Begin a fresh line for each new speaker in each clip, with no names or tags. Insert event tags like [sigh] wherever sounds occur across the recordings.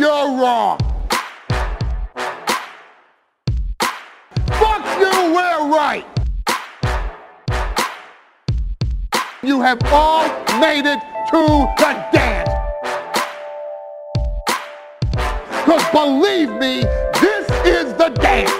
you're wrong. Fuck you, we're right. You have all made it to the dance. Cause believe me, this is the dance.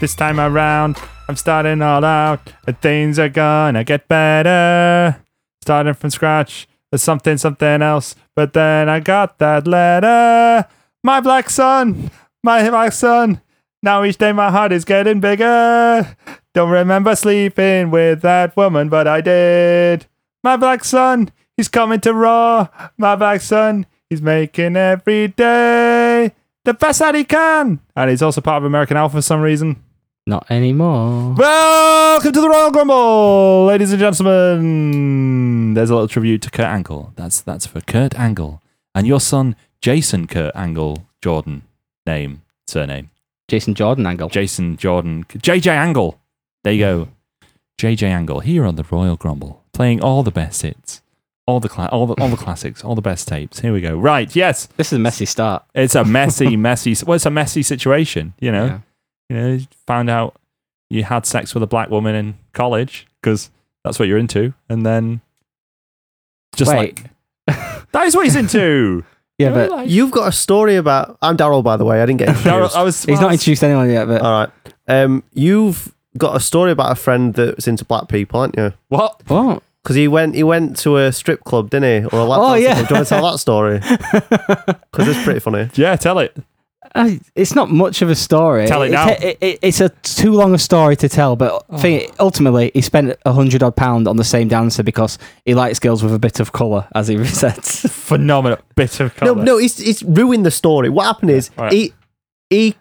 This time around, I'm starting all out. and Things are gonna get better. Starting from scratch, there's something, something else. But then I got that letter. My black son, my black son. Now each day my heart is getting bigger. Don't remember sleeping with that woman, but I did. My black son, he's coming to raw. My black son, he's making every day the best that he can. And he's also part of American Alpha for some reason.
Not anymore.
Welcome to the Royal Grumble, ladies and gentlemen. There's a little tribute to Kurt Angle. That's that's for Kurt Angle and your son Jason Kurt Angle Jordan name surname
Jason Jordan angle.
Jason Jordan JJ Angle. There you go, JJ Angle here on the Royal Grumble, playing all the best hits, all the cla- all the all the classics, all the best tapes. Here we go. Right, yes,
this is a messy start.
it's a messy, [laughs] messy. Well, it's a messy situation, you know
Yeah.
you know, you found out you had sex with a black woman in college because that's what you're into, and then just
Wait.
like [laughs] that is what he's [laughs] into.
Yeah,
You know,
but
like-
You've got a story about. I'm Daryl, by the way.
[laughs]
I didn't get
Daryl-
introduced.
I was,
he's
well,
not introduced anyone yet. But
Oh.
All right. Um, you've got a story about a friend that's into black people, aren't you?
what?
what?
Because he went, he went to a strip club, didn't he, or a lap
Oh,
dancing
yeah.
club? Do you want to tell that story?
[laughs]
Because it's pretty funny.
Yeah, tell it.
Uh, It's not much of a story.
Tell it
It's-
now.
it- it- it's a too long a story to tell. But thing, ultimately, he spent a hundred odd pound on the same dancer because he likes girls with a bit of colour, as he [laughs] said.
Phenomenal bit of
No,
color.
no, it's it's ruined the story. What happened is
All right.
he he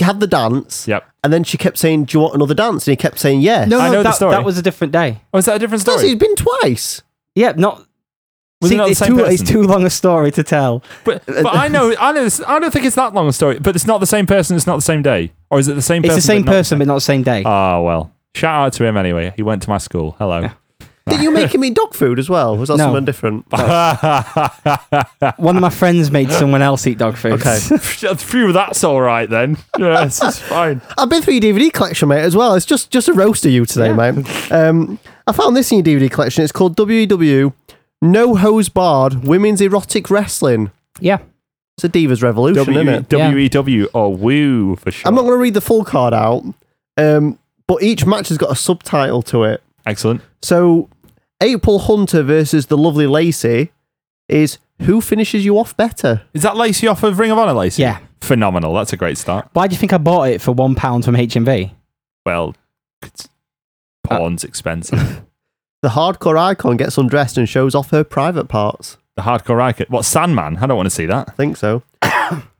had the dance,
Yep.
and then she kept saying, "Do you want another dance?" And he kept saying, "Yes."
I know the
that,
story.
that was a different day.
Oh, is that a different
Plus, he's
story?
been twice.
Yeah, not.
Was it
See,
not the
it's,
same
too,
person?
it's too long a story to tell.
But,
uh,
but I know, I know. This, I don't think it's that long a story. But it's not the same person. It's not the same day, or is it the same?
It's
person,
the same
but not
person, but not the same day.
Ah, well. Shout out to him anyway. He went to my school. Hello.
Did
[laughs]
you make him eat dog food as well? Was that
No.
something different?
One of my
[gasps]
friends made someone else eat dog food.
[laughs]
Okay.
Phew, that's all right then. Yes, [laughs] it's fine.
I've been through your DVD collection, mate, as well. It's just just a roast of you today, mate. Um, I found this in your DVD collection. It's called WEW No Hose Barred Women's Erotic Wrestling.
[laughs] yeah.
It's a Divas Revolution,
W
isn't it?
W E W or woo for sure.
I'm not going to read the full card out, um, but each match has got a subtitle to it.
Excellent.
So, April Hunter versus the lovely Lacey is who finishes you off better?
Is that Lacey off of Ring of Honor, Lacey?
Yeah.
Phenomenal. That's a great start.
Why do you think I bought it for one pound from HMV?
Well, it's, porn's expensive.
The hardcore icon gets undressed and shows off her private parts.
the hardcore racket. What, Sandman? I don't want to see that.
I think so. [coughs]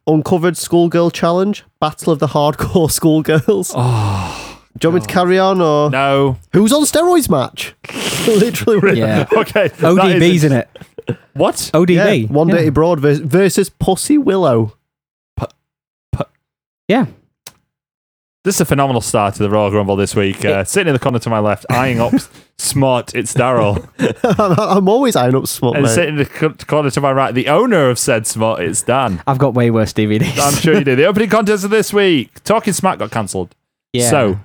Uncovered Schoolgirl Challenge, Battle of the Hardcore [laughs] Schoolgirls.
Oh,
Do you want me to carry on or
no. [laughs]
who's on steroids match? Literally, we're-
Yeah.
Okay. [laughs] that is-
ODB's in it.
What?
yeah.
ODB.
One
yeah.
Dirty Broad vers- versus Pussy Willow. [laughs]
Yeah.
This is a phenomenal start to the Royal Grumble this week. Uh, sitting in the corner to my left, eyeing [laughs] up Smart, it's [laughs] Daryl.
I'm, I'm always eyeing up smut,
and
mate.
sitting in the co- corner to my right, the owner of said Smart, it's Dan.
I've got way worse DVDs.
[laughs] I'm sure you do. The opening contest of this week, Talking Smack got cancelled.
[laughs] yeah.
So,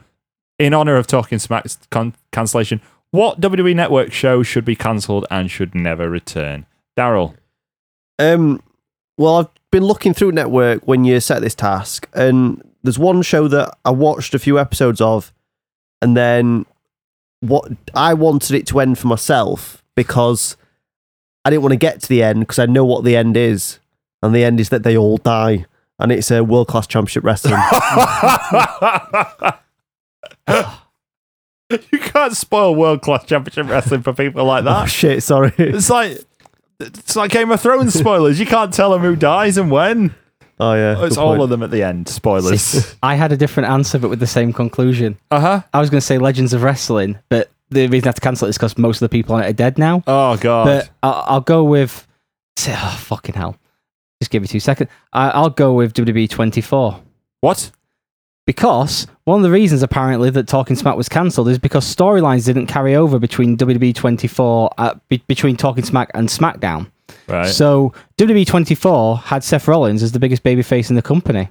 in honor of Talking Smack's con- cancellation, what WWE Network show should be cancelled and should never return? Daryl, [laughs]
Um, well, I've been looking through network when you set this task, and there's one show that I watched a few episodes of, and then what I wanted it to end for myself because I didn't want to get to the end because I know what the end is, and the end is that they all die, and it's a world class
[laughs]
championship wrestling.
you can't spoil world class championship wrestling for people like
oh
that.
shit! Sorry.
It's like it's like Game of Thrones spoilers. You can't tell them who dies and when.
[laughs] Oh yeah.
It's
good
all
point.
of them at the end. Spoilers.
[laughs] I had a different answer, but with the same conclusion.
Uh huh.
I was going to say Legends of Wrestling, but the reason I had to cancel it is because most of the people on it are dead now.
Oh god.
But I'll, I'll go with. Oh, fucking hell. Just give me two seconds. I, I'll go with WWE 24.
what?
E Because one of the reasons apparently that Talking Smack was cancelled is because storylines didn't carry over between WWE 24 uh, be- between Talking Smack and SmackDown.
Right.
So WWE 24 had Seth Rollins as the biggest babyface in the company.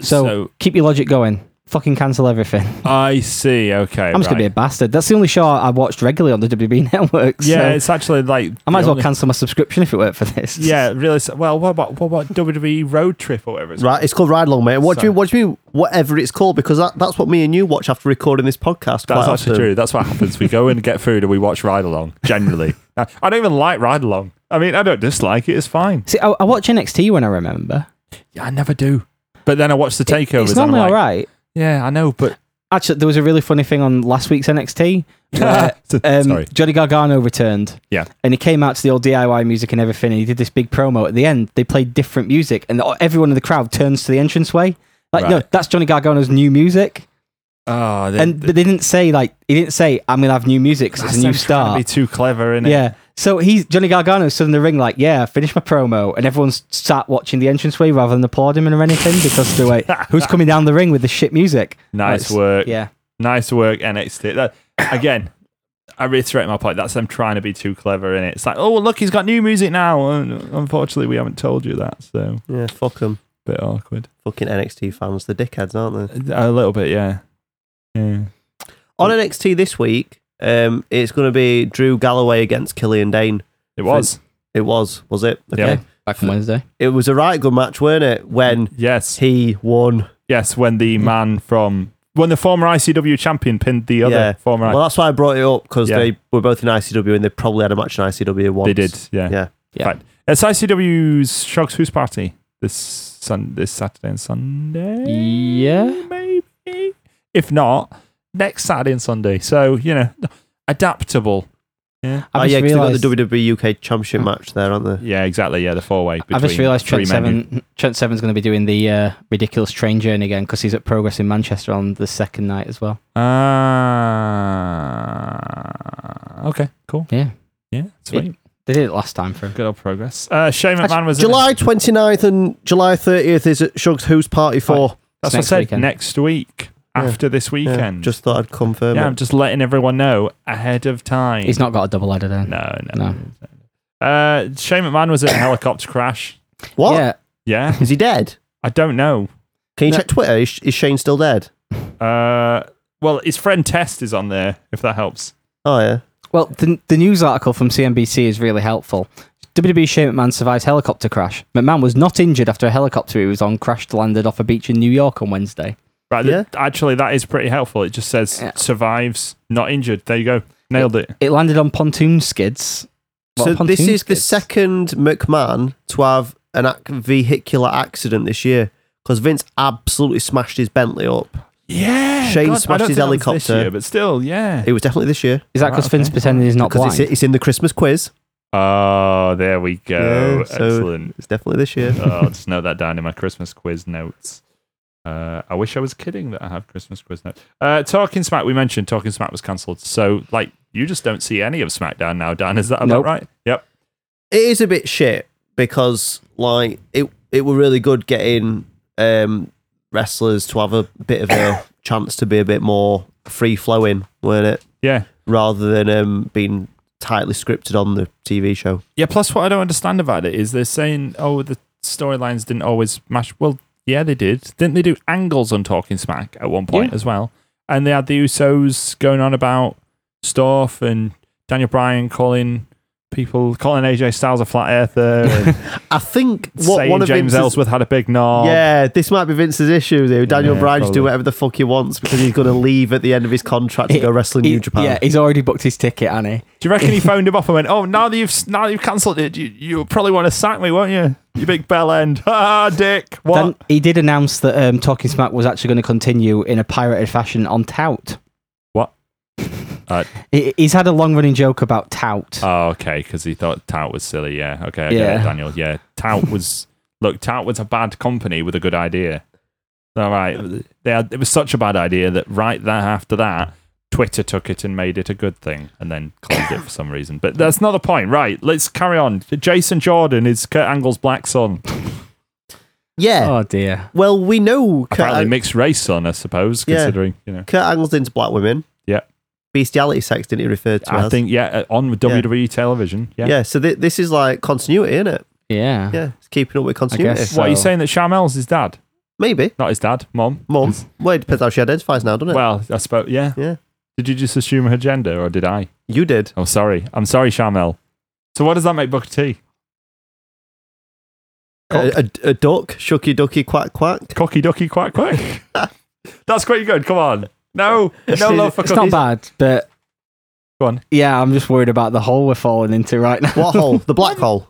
So, keep your logic going. Fucking cancel everything.
I see. Okay.
I'm just gonna be a bastard. That's the only show I I watched regularly on the WWE [laughs] network. So
yeah, it's actually like
I might as
the
well
only-
cancel my subscription if it weren't for this.
Yeah, really. so- Well, what about what about WWE Road Trip or whatever? It's
Right, it's called Ride Along, mate. What do you
Sorry.
what do you mean whatever it's called? Because that, that's what me and you watch after recording this podcast.
That's
quite
actually
often.
true. That's what happens. We go in, get food, and we watch Ride Along.
[laughs]
Generally, I I don't even like Ride Along. I mean, I don't dislike it. It's fine.
See, I, I watch NXT when I remember.
Yeah, I never do. But then I watch the takeovers.
it's
and I'm
normally
like,
all right.
Yeah, I know. But
Actually, there was a really funny thing on last
[laughs]
week's NXT. Where, um,
Sorry.
Johnny Gargano returned.
Yeah.
and he came out to the old DIY music and everything, and he did this big promo. At the end, they played different music, and everyone in the crowd turns to the entranceway. Like, no,
Right.
that's Johnny Gargano's new music.
Oh, they,
And but they didn't say like he didn't say I'm gonna have new music 'cause
that's
it's a
them
new
trying
start.
To be too clever, innit?
Yeah. So he's Johnny Gargano stood in the ring like, yeah, I finished my promo, and everyone's sat watching the entranceway rather than applauding him or anything because
[laughs]
they're like, who's coming down the ring with the shit music?
Nice
Like,
work.
Yeah.
Nice work, NXT. That, again, I reiterate my point. That's them trying to be too clever in it. It's like, oh, well, look, he's got new music now. Un- Unfortunately, we haven't told you that, so
Yeah, fuck them.
bit awkward.
Fucking NXT fans, the dickheads, aren't they?
A little bit, yeah. Yeah.
On NXT this week, um, it's going to be Drew Galloway against Killian Dane.
It was.
It was, was it?
Yeah.
Back on Wednesday.
It was a right good match, weren't it? When
Yes.
he won.
Yes, when the man from when the former ICW champion pinned the other
yeah.
former
Well, that's why I brought it up because
Yeah.
they were both in ICW and they probably had a match in ICW once.
they did, yeah.
Yeah.
Yeah.
Right. It's ICW's Shrugs Who's Party this sun this Saturday and Sunday.
Yeah.
maybe. If not, next Saturday and Sunday. So you know, adaptable. Yeah.
Oh,
I
yeah,
just
'cause
realized.
they've got the WWE UK Championship match there, aren't they?
Yeah, exactly. Yeah, the four way.
I just realised Trent Seven Trent Seven's going to be doing the uh, ridiculous train journey again because he's at Progress in Manchester on the second night as well.
Ah. okay. Cool.
Yeah,
Yeah. Sweet.
they did it last time for him.
Good old progress. Uh, Shane McMahon was in it.
July 29th and July 30th is at Shug's Who's Party 4.
That's what I
It's next
said.
weekend.
Next week.
Yeah.
After this
Yeah,
weekend.
just um, thought I'd confirm
yeah,
it.
I'm just letting everyone know ahead of time.
He's not got a double header then.
No, no.
No.
Uh, Shane McMahon was in a helicopter crash.
What?
Yeah,
Yeah,
Is he dead?
I don't know.
Can you
No.
check Twitter? Is, is Shane still dead?
Uh, well, his friend Test is on there, if that helps.
Oh, yeah.
Well, the, the news article from CNBC is really helpful. WWE Shane McMahon survives helicopter crash. McMahon was not injured after a helicopter he was on crashed landed off a beach in New York on Wednesday.
Right. th-
Yeah.
actually, that is pretty helpful. It just says
Yeah.
survives, not injured. There you go. Nailed it.
It landed on pontoon skids. What,
so this
pontoon
is the
skids?
second McMahon to have an ac- vehicular accident this year because Vince absolutely smashed his Bentley up.
Yeah.
Shane
I
smashed
don't think that was
his
this
helicopter.
year, but still, yeah.
It was definitely this year
Is that
Right,
because Finn's
okay.
pretending he's not
Oh, because
blind?
it's, it's in the Christmas quiz.
Oh, there we go.
Yeah, so-
Excellent.
It's definitely this year.
oh, I'll just note that down in my Christmas quiz notes. Uh, I wish I was kidding that I have Christmas quiz notes. Uh, Talking Smack, we mentioned Talking Smack was cancelled. So, like, you just don't see any of SmackDown now, Dan. Is that about
Nope.
right? Yep.
it is a bit shit because like it it were really good getting um wrestlers to have a bit of a [coughs] chance to be a bit more free flowing, weren't it?
Yeah.
Rather than um being tightly scripted on the TV show.
Yeah, plus what I don't understand about it is they're saying, oh, the storylines didn't always match. Well, yeah, they did. Didn't they do angles on Talking Smack at one point as well? And they had the Usos going on about stuff and Daniel Bryan calling people, calling AJ Styles a flat earther [laughs] and
I think what
saying
one of
James
Vince's,
Ellsworth had a big knob.
Yeah, this might be Vince's issue though. Daniel
Um, Yeah,
Bryan just do
probably.
whatever the fuck he wants because he's gonna leave at the end of his contract to
It-
go wrestle in
he-
New Japan.
Yeah, he's already booked his ticket, Annie.
Do you reckon he phoned him up and went, oh, now that you've, now that you've cancelled it, you, you probably want to sack me, won't you? You big bell end. [laughs] Ah, dick. What?
Then he did announce that um, Talking Smack was actually going to continue in a pirated fashion on Tout.
What? Uh,
He- he's had a long running joke about Tout.
Oh, okay, because he thought Tout was silly. Yeah, okay, I get
Yeah.
it, Daniel. Yeah, Tout was look, Tout was a bad company with a good idea. All right, they had, it was such a bad idea that right there after that, Twitter took it and made it a good thing, and then cloned it for some reason. But that's not the point, right? Let's carry on. Jason Jordan is Kurt Angle's black son.
Yeah.
Oh dear.
Well, we know Kurt,
Apparently
Ang-
mixed race on, I suppose,
Yeah.
considering, you know.
Kurt Angle's into black women.
Yeah.
Bestiality sex, didn't he refer to
I
as?
think, yeah, uh, on with WWE television. Yeah.
Yeah. so thi- this is like continuity, isn't it?
Yeah.
Yeah. It's keeping up with continuity.
guess.
What, are you
So-
saying that Charmel's his dad?
Maybe.
Not his dad, mom?
Mom. Well, it depends how she identifies now, doesn't it?
Well, I suppose, yeah.
Yeah.
Did you just assume her gender, or did I?
you did.
I'm sorry. I'm sorry, Charmel. So what does that make Booker T?
A, a, a duck, shucky ducky, quack quack.
Cocky ducky quack
[laughs]
quack. That's quite good. Come on. No, no love for
It's not
cookies.
bad, but
Go on.
yeah, I'm just worried about the hole we're falling into right now.
What hole?
[laughs]
The black hole.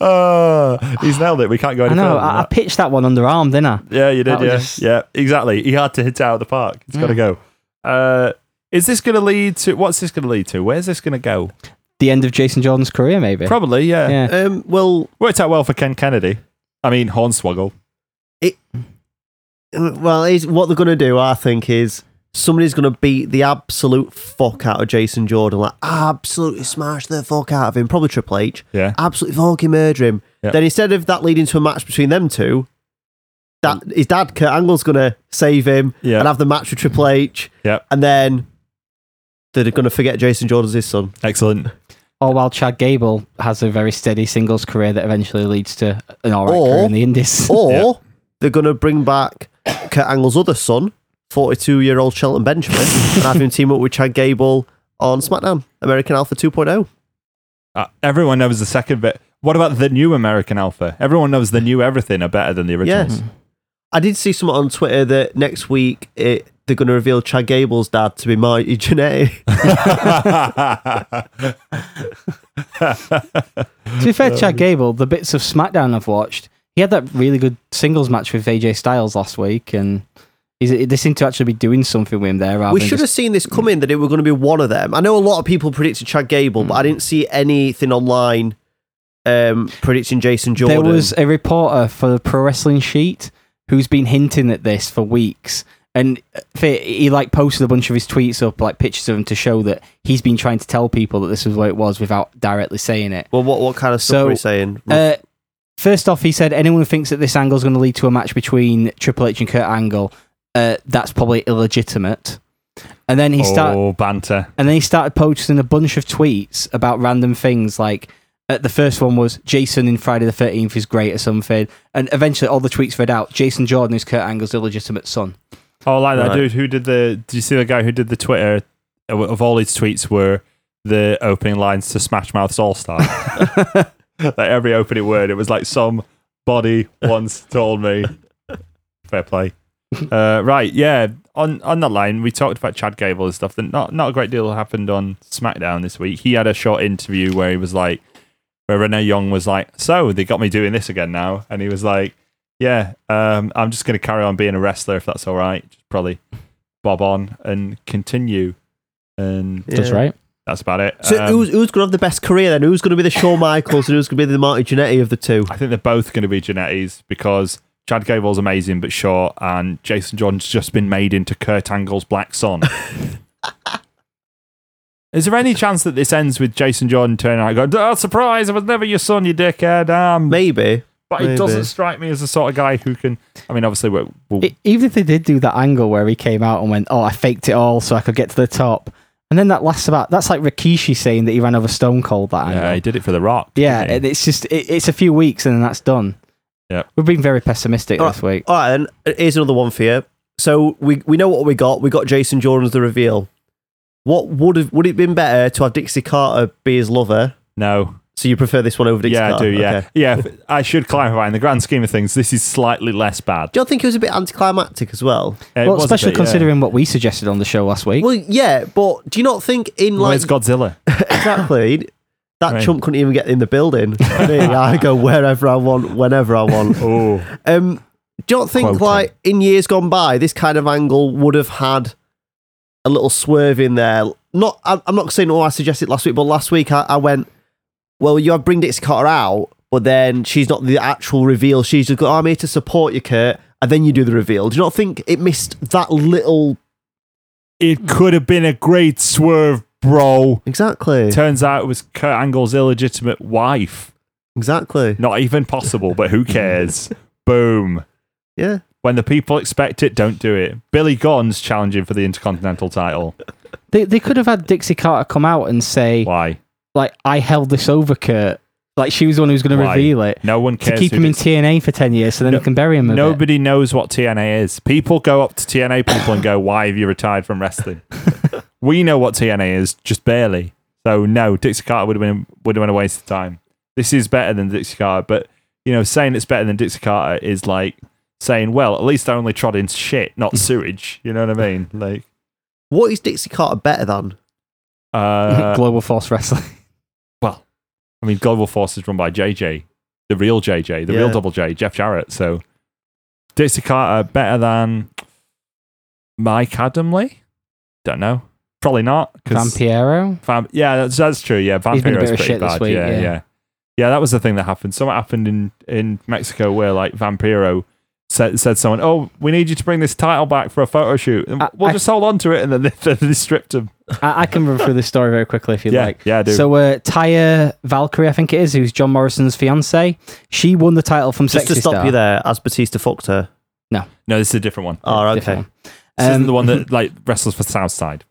Uh, he's nailed it. We can't go
[laughs] I
any
know.
further.
I, I
than that.
pitched that one underarm, didn't I?
yeah, you did.
that was
Yeah,
just-
yeah, exactly. He had to hit it out of the park. It's got to go. Uh, is this going to lead to? What's this going to lead to? Where's this going to go?
The end of Jason Jordan's career, maybe.
Probably. Yeah.
Yeah.
Um, well,
Worked out well for Ken Kennedy. I mean, Hornswoggle.
Uh, Well, is what they're going to do, I think, is somebody's going to beat the absolute fuck out of Jason Jordan, like absolutely smash the fuck out of him. Probably Triple H,
[laughs]
Yeah.
absolutely fucking murder him.
Yeah.
Then instead of that leading to a match between them two, that his dad Kurt Angle's going to save him
Mm. Yeah.
and have the match with Triple H,
Yeah.
and then they're going to forget Jason Jordan's his son.
Excellent.
Or while Chad Gable has a very steady singles career that eventually leads to an alright
Or-
career in the Indies. [laughs]
[laughs] Or they're going to bring back Kurt Angle's other son, 42 year old Shelton Benjamin, and have him team up with Chad Gable on SmackDown, American Alpha oh. 2.0.
Uh, everyone knows the second bit. What about the new American Alpha? Everyone knows the new everything are better than the originals.
Yes. I did see someone on Twitter that next week it, they're going to reveal Chad Gable's dad to be Marty [laughs] Jannetty.
to be fair, to
Um,
Chad Gable, the bits of SmackDown I've watched, he had that really good singles match with AJ Styles last week, and he's, they seem to actually be doing something with him there. Rather
we
than
should have
just-
seen this coming that it were going to be one of them. I know a lot of people predicted Chad Gable,
Hmm.
but I didn't see anything online um, predicting Jason Jordan.
There was a reporter for the Pro Wrestling Sheet who's been hinting at this for weeks. And he, he like posted a bunch of his tweets up, like pictures of him to show that he's been trying to tell people that this was what it was without directly saying it.
well, what, what kind of stuff
So,
were we saying?
Uh, first off, he said anyone who thinks that this angle is going to lead to a match between Triple H and Kurt Angle, uh, that's probably illegitimate. And then he started,
oh, banter.
and then he started posting a bunch of tweets about random things. Like uh, the first one was Jason in Friday the Thirteenth is great or something. And eventually, all the tweets read out Jason Jordan is Kurt Angle's illegitimate son.
Oh, I like that
Right.
dude who did the. Did you see the guy who did the Twitter? uh, Of of all his tweets were the opening lines to Smash Mouth's All
[laughs]
Star. like every opening word, it was like some body once told
[laughs]
me. Fair play. Uh, right, yeah. On on that line, we talked about Chad Gable and stuff. That not not a great deal happened on SmackDown this week. He had a short interview where he was like, where Renee Young was like, "So they got me doing this again now," and he was like, "Yeah, um, I'm just going to carry on being a wrestler if that's all right. Just probably bob on and continue." And
Yeah.
right.
that's about it.
So
Um,
who's, who's going to have the best career then? Who's going to be the Shawn Michaels and who's going to be the Marty Jannetty of the two?
I think they're both going to be Genetti's because Chad Gable's amazing but short, and Jason Jordan's just been made into Kurt Angle's Black Son. [laughs] Is there any chance that this ends with Jason Jordan turning out and going, oh, surprise, I was never your son, you dickhead? Um,
Maybe.
but
maybe.
it doesn't strike me as the sort of guy who can. I mean, obviously, we're, we'll,
E, even if they did do that angle where he came out and went, "Oh, I faked it all so I could get to the top," and then that lasts about that's like Rikishi saying that he ran over Stone Cold that angle.
yeah, he did it for The Rock.
Yeah,
didn't he?
and it's just it, it's a few weeks and then that's done.
Yeah.
we've been very pessimistic
All right.
this week.
All right, then. uh, Here's another one for you. So we, we know what we got. We got Jason Jordan's the reveal. What would have would it been better to have Dixie Carter be his lover?
no.
So you prefer this one over Dixie
Yeah, I
Carter?
do. Yeah.
Okay.
Yeah, f- I should clarify. In the grand scheme of things, this is slightly less bad. Uh,
Do you think it was a bit anticlimactic as well?
It
well,
was a
especially
bit, yeah.
considering what we suggested on the show last week.
Well, yeah, but do you not think in like
Where's Godzilla?
exactly that
Right.
chump couldn't even get in the
[laughs]
building? I, mean, I go wherever I want, whenever I want.
oh.
Um, do you not think,
Quoting.
like, in years gone by, this kind of angle would have had a little swerve in there? Not, I- I'm not saying, oh, I suggested last week, but last week I, I went, well, you have Bring Dixie Carter out, but then she's not the actual reveal. She's just go, oh, I'm here to support you, Kurt. And then you do the reveal. Do you not think it missed that little.
It could have been a great swerve, bro.
Exactly.
Turns out it was Kurt Angle's illegitimate wife.
Exactly.
Not even possible, but
[laughs]
who cares? Boom.
Yeah.
When the people expect it, don't do it. Billy Gunn's challenging for the Intercontinental title.
They, they could have had Dixie Carter come out and say,
Why?
like, I held this over Kurt. Like, she was the one who was going to
Why?
reveal it.
No one
To
cares.
keep
who
him in
did-
TNA for 10 years so then
No-
we can bury him a [laughs] bit.
Nobody knows what TNA is. People go up to TNA people and go, Why have you retired from wrestling? we know what TNA is, just barely. So no, Dixie Carter would have been would have been a waste of time. This is better than Dixie Carter, but you know, saying it's better than Dixie Carter is like saying, Well, at least I only trod in shit, not sewage. You know what I mean? Like
What is Dixie Carter better than?
uh,
Global Force Wrestling.
I mean, Global Force is run by JJ, the real JJ, the real
Yeah.
Double J, Jeff Jarrett. So, Dixie Carter better than Mike Adamley? Don't know. Probably not. 'cause
Vampiero?
Vam- yeah, that's, that's true. Yeah,
He's been a
Vampiro
bit
is
of
pretty
shit this
bad.
week,
yeah,
yeah.
yeah, yeah, That was the thing that happened. Something happened in in Mexico where like Vampiro. Said, said someone, oh, we need you to bring this title back for a photo shoot. And
I-
we'll
I-
just hold on to it. And then [laughs] they, they stripped him.
I, I can run through this story very quickly if you
Yeah,
like.
yeah, I do.
So, uh, Taya Valkyrie, I think it is, who's John Morrison's fiance, she won the title from
Just
Sexy
to stop
Star.
you there, as Batista fucked her.
No, this is a different one.
Oh, okay.
Different one.
This
Um,
isn't the one that
[laughs]
like wrestles for Southside.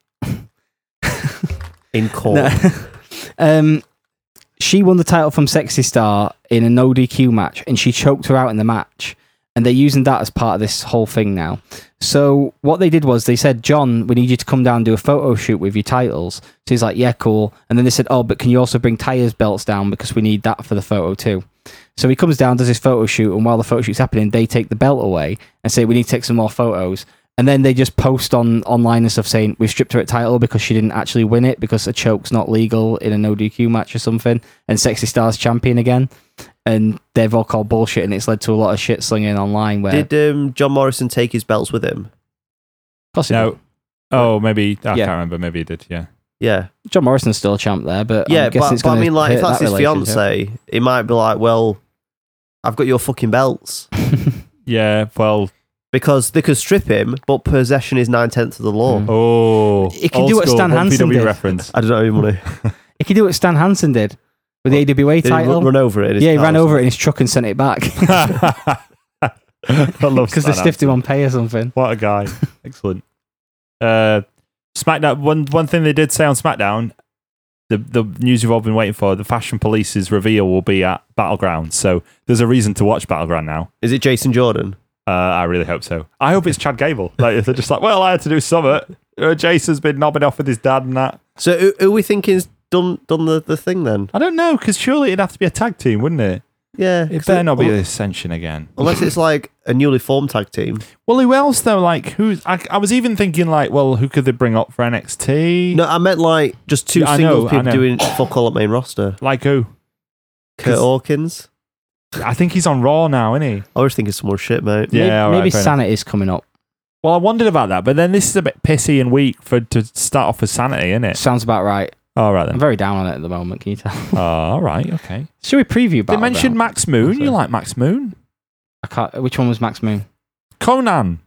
In court.
[laughs] um, she won the title from Sexy Star in a no DQ match, and she choked her out in the match. And they're using that as part of this whole thing now. So what they did was they said, "John, we need you to come down and do a photo shoot with your titles." So he's like, "Yeah, cool." And then they said, "Oh, but can you also bring Taya's belts down because we need that for the photo too?" So he comes down, does his photo shoot, and while the photo shoot's happening, they take the belt away and say, "We need to take some more photos." And then they just post on online and stuff saying we've stripped her at title because she didn't actually win it because a choke's not legal in a no DQ match or something. And Sexy Star's champion again, and they've all called bullshit, and it's led to a lot of shit slinging online. Where
Did um, John Morrison take his belts with him?
possibly
No. Oh, maybe I
Yeah.
can't remember. Maybe he did. Yeah.
Yeah.
John Morrison's still a champ there, but
yeah,
I'm guessing
but,
it's
but I
gonna
mean, like, if
hurt
that's
that
his
relationship.
fiance, it might be like, well, I've got your fucking belts.
[laughs]
Yeah. Well.
Because they could strip him, but possession is nine tenths of the law.
Mm.
Oh.
It can
old
do what
school
Stan Hansen
WPW
did. [laughs]
reference.
I don't know even want to
he could do what Stan Hansen did with the AWA
Did he
title.
run, run over it. in his
yeah, he ran
pals?
over it in his truck and sent it back [laughs]
I love
because they
Stan
stiffed him on pay or something.
What a
[laughs]
guy. Excellent. Uh, SmackDown. One one thing they did say on SmackDown, the the news you've all been waiting for, the Fashion Police's reveal will be at Battleground. So there's a reason to watch Battleground now.
Is it Jason Jordan?
Uh, I really hope so. I hope it's Chad Gable. Like if they're just like, well, I had to do something. Uh, Jason's been nobbing off with his dad and that.
So who, who we thinking's done done the, the thing then?
I don't know because surely it'd have to be a tag team, wouldn't it?
Yeah,
It
'cause
better not be
un-
the Ascension again.
unless it's like a newly formed tag team.
Well, who else though? Like who's? I, I was even thinking like, well, who could they bring up for NXT?
No, I meant like just two
Yeah, I
single
know, I
people
know.
doing fuck all at main roster.
Like who? [laughs]
Kurt
'Cause-
Hawkins.
I think he's on Raw now, isn't he?
I always think it's someone shit, mate.
Yeah,
maybe,
all right,
maybe
fair enough.
sanity's coming up.
Well, I wondered about that, but then this is a bit pissy and weak for to start off with sanity, isn't it?
Sounds about right.
All right
I'm
then.
very down on it at the moment. Can you tell?
Oh, all right, okay.
[laughs] Should we preview?
They
Battleground?
mentioned Max Moon. You
Also.
like Max Moon?
I can't, which one was Max Moon?
Conan.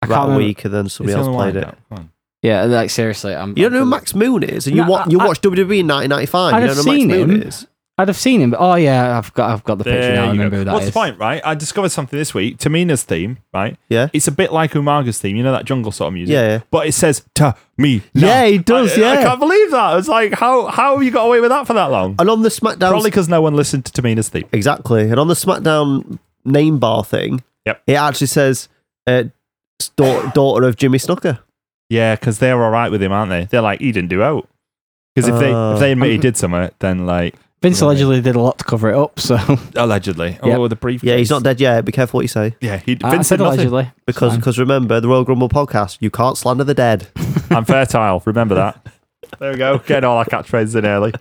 I can't
That
remember.
week, and then somebody
It's the
else
only one I
played it.
don't- come on.
Yeah, like seriously, I'm.
You don't know
I'm-
who Max Moon is, and
No,
you wa-
I-
you
I-
watched WWE in 1995.
I'd
You
have
don't know who Max
seen
Moon
him.
is.
I'd have seen him, but oh yeah, I've got, I've got the picture
There
now. I
you go.
remember who that
What's
is.
the point, right? I discovered something this week. Tamina's theme, right?
Yeah.
It's a bit like Umaga's theme. You know that jungle sort of music.
Yeah, yeah.
But it says Tamina.
Yeah, it does,
I, I
yeah.
can't believe that. It's like how how have you got away with that for that long?
And on the SmackDown,
Probably because no one listened to Tamina's theme.
exactly. And on the SmackDown name bar thing,
Yep.
it actually says uh, s- da- daughter of Jimmy Snooker.
Yeah, because they're all right with him, aren't they? They're like he didn't do out. Because if they
Uh,
if they admit he did something, then like
Vince allegedly did a lot to cover it up, so
allegedly,
Yep.
oh the brief.
Yeah, he's not dead yet. Be careful what you say.
Yeah, he
[laughs] I
Vince said
said
nothing.
allegedly
Because
Fine.
because remember, the Royal Grumble podcast, you can't slander the dead.
I'm fertile. Remember
[laughs]
that. There we go. Getting all our catchphrases in early.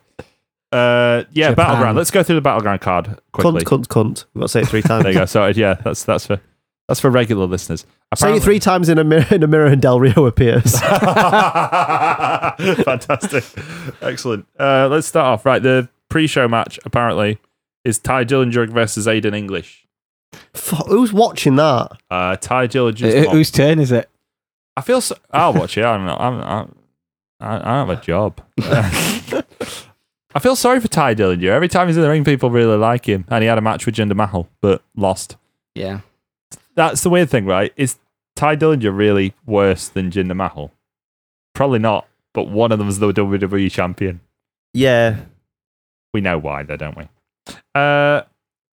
Uh, yeah,
Japan.
battleground. Let's go through the battleground card
Cunt,
quickly.
cunt, cunt. We've got to say it
[laughs]
three times.
There you go. So yeah, that's that's for that's for regular listeners.
Say it three times in a mirror, [laughs] in a mirror, and Del Rio [laughs] appears.
Apparently- [laughs] Fantastic. Excellent. Uh, let's start off. Right, the pre-show match apparently is Ty Dillinger versus Aiden English.
F- who's watching that?
Uh, Ty Dillinger's
Who-
mom-
whose turn is it?
I feel so. I'll watch it. I'm not. I'm. I'm I, I have a job. [laughs] I feel sorry for Ty Dillinger. Every time he's in the ring, people really like him. And he had a match with Jinder Mahal, but lost.
Yeah.
That's the weird thing, right? Is Ty Dillinger really worse than Jinder Mahal? Probably not, but one of them's the WWE champion.
Yeah.
We know why, though, don't we? Uh,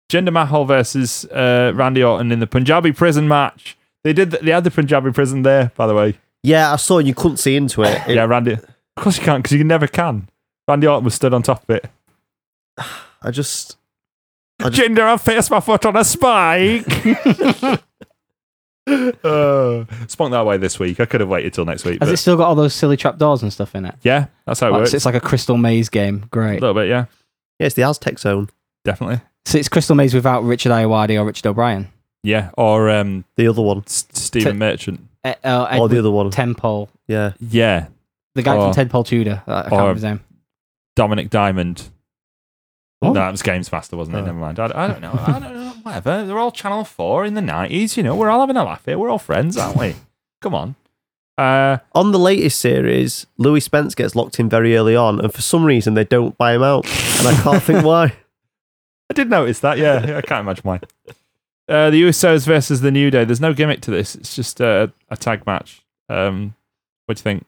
Jinder Mahal versus uh, Randy Orton in the Punjabi prison match. They did. Th- they had the Punjabi prison there, by the way.
Yeah, I saw you couldn't see into it. It-
yeah, Randy. Of course you can't, because you never can. Randy Orton was stood on top of it.
I just I just-
Ginger, I've pierced my foot on a spike. [laughs] uh, spunk that way this week. I could have waited till next week.
Has
but-
it still got all those silly trapdoors and stuff in it?
yeah, that's how Oh, it
Like,
works.
so it's like a crystal maze game.
a
Great.
little bit, yeah,
yeah, it's the Aztec zone.
definitely.
So it's crystal maze without Richard Ayoade or Richard O'Brien.
Yeah, or um,
The other one.
S- Stephen
T-
Merchant.
Uh, uh,
or
Edward
the other one.
Temple,
Yeah.
Yeah,
the guy
Or-
from Ted Paul Tudor. Uh, I can't
or-
remember his name.
Dominic Diamond.
What?
No, that was Games Master, wasn't it?
Oh.
Never mind. I, I don't know. I don't know. [laughs] Whatever. They're all Channel 4 in the 90s. You know, we're all having a laugh here. We're all friends, aren't we? Come on. Uh,
On the latest series, Louis Spence gets locked in very early on, and for some reason they don't buy him out, and I can't [laughs] think why.
I did notice that. Yeah, Yeah, I can't imagine why. Uh, the Usos versus the New Day. There's no gimmick to this. It's just uh, a tag match. Um, what do you think?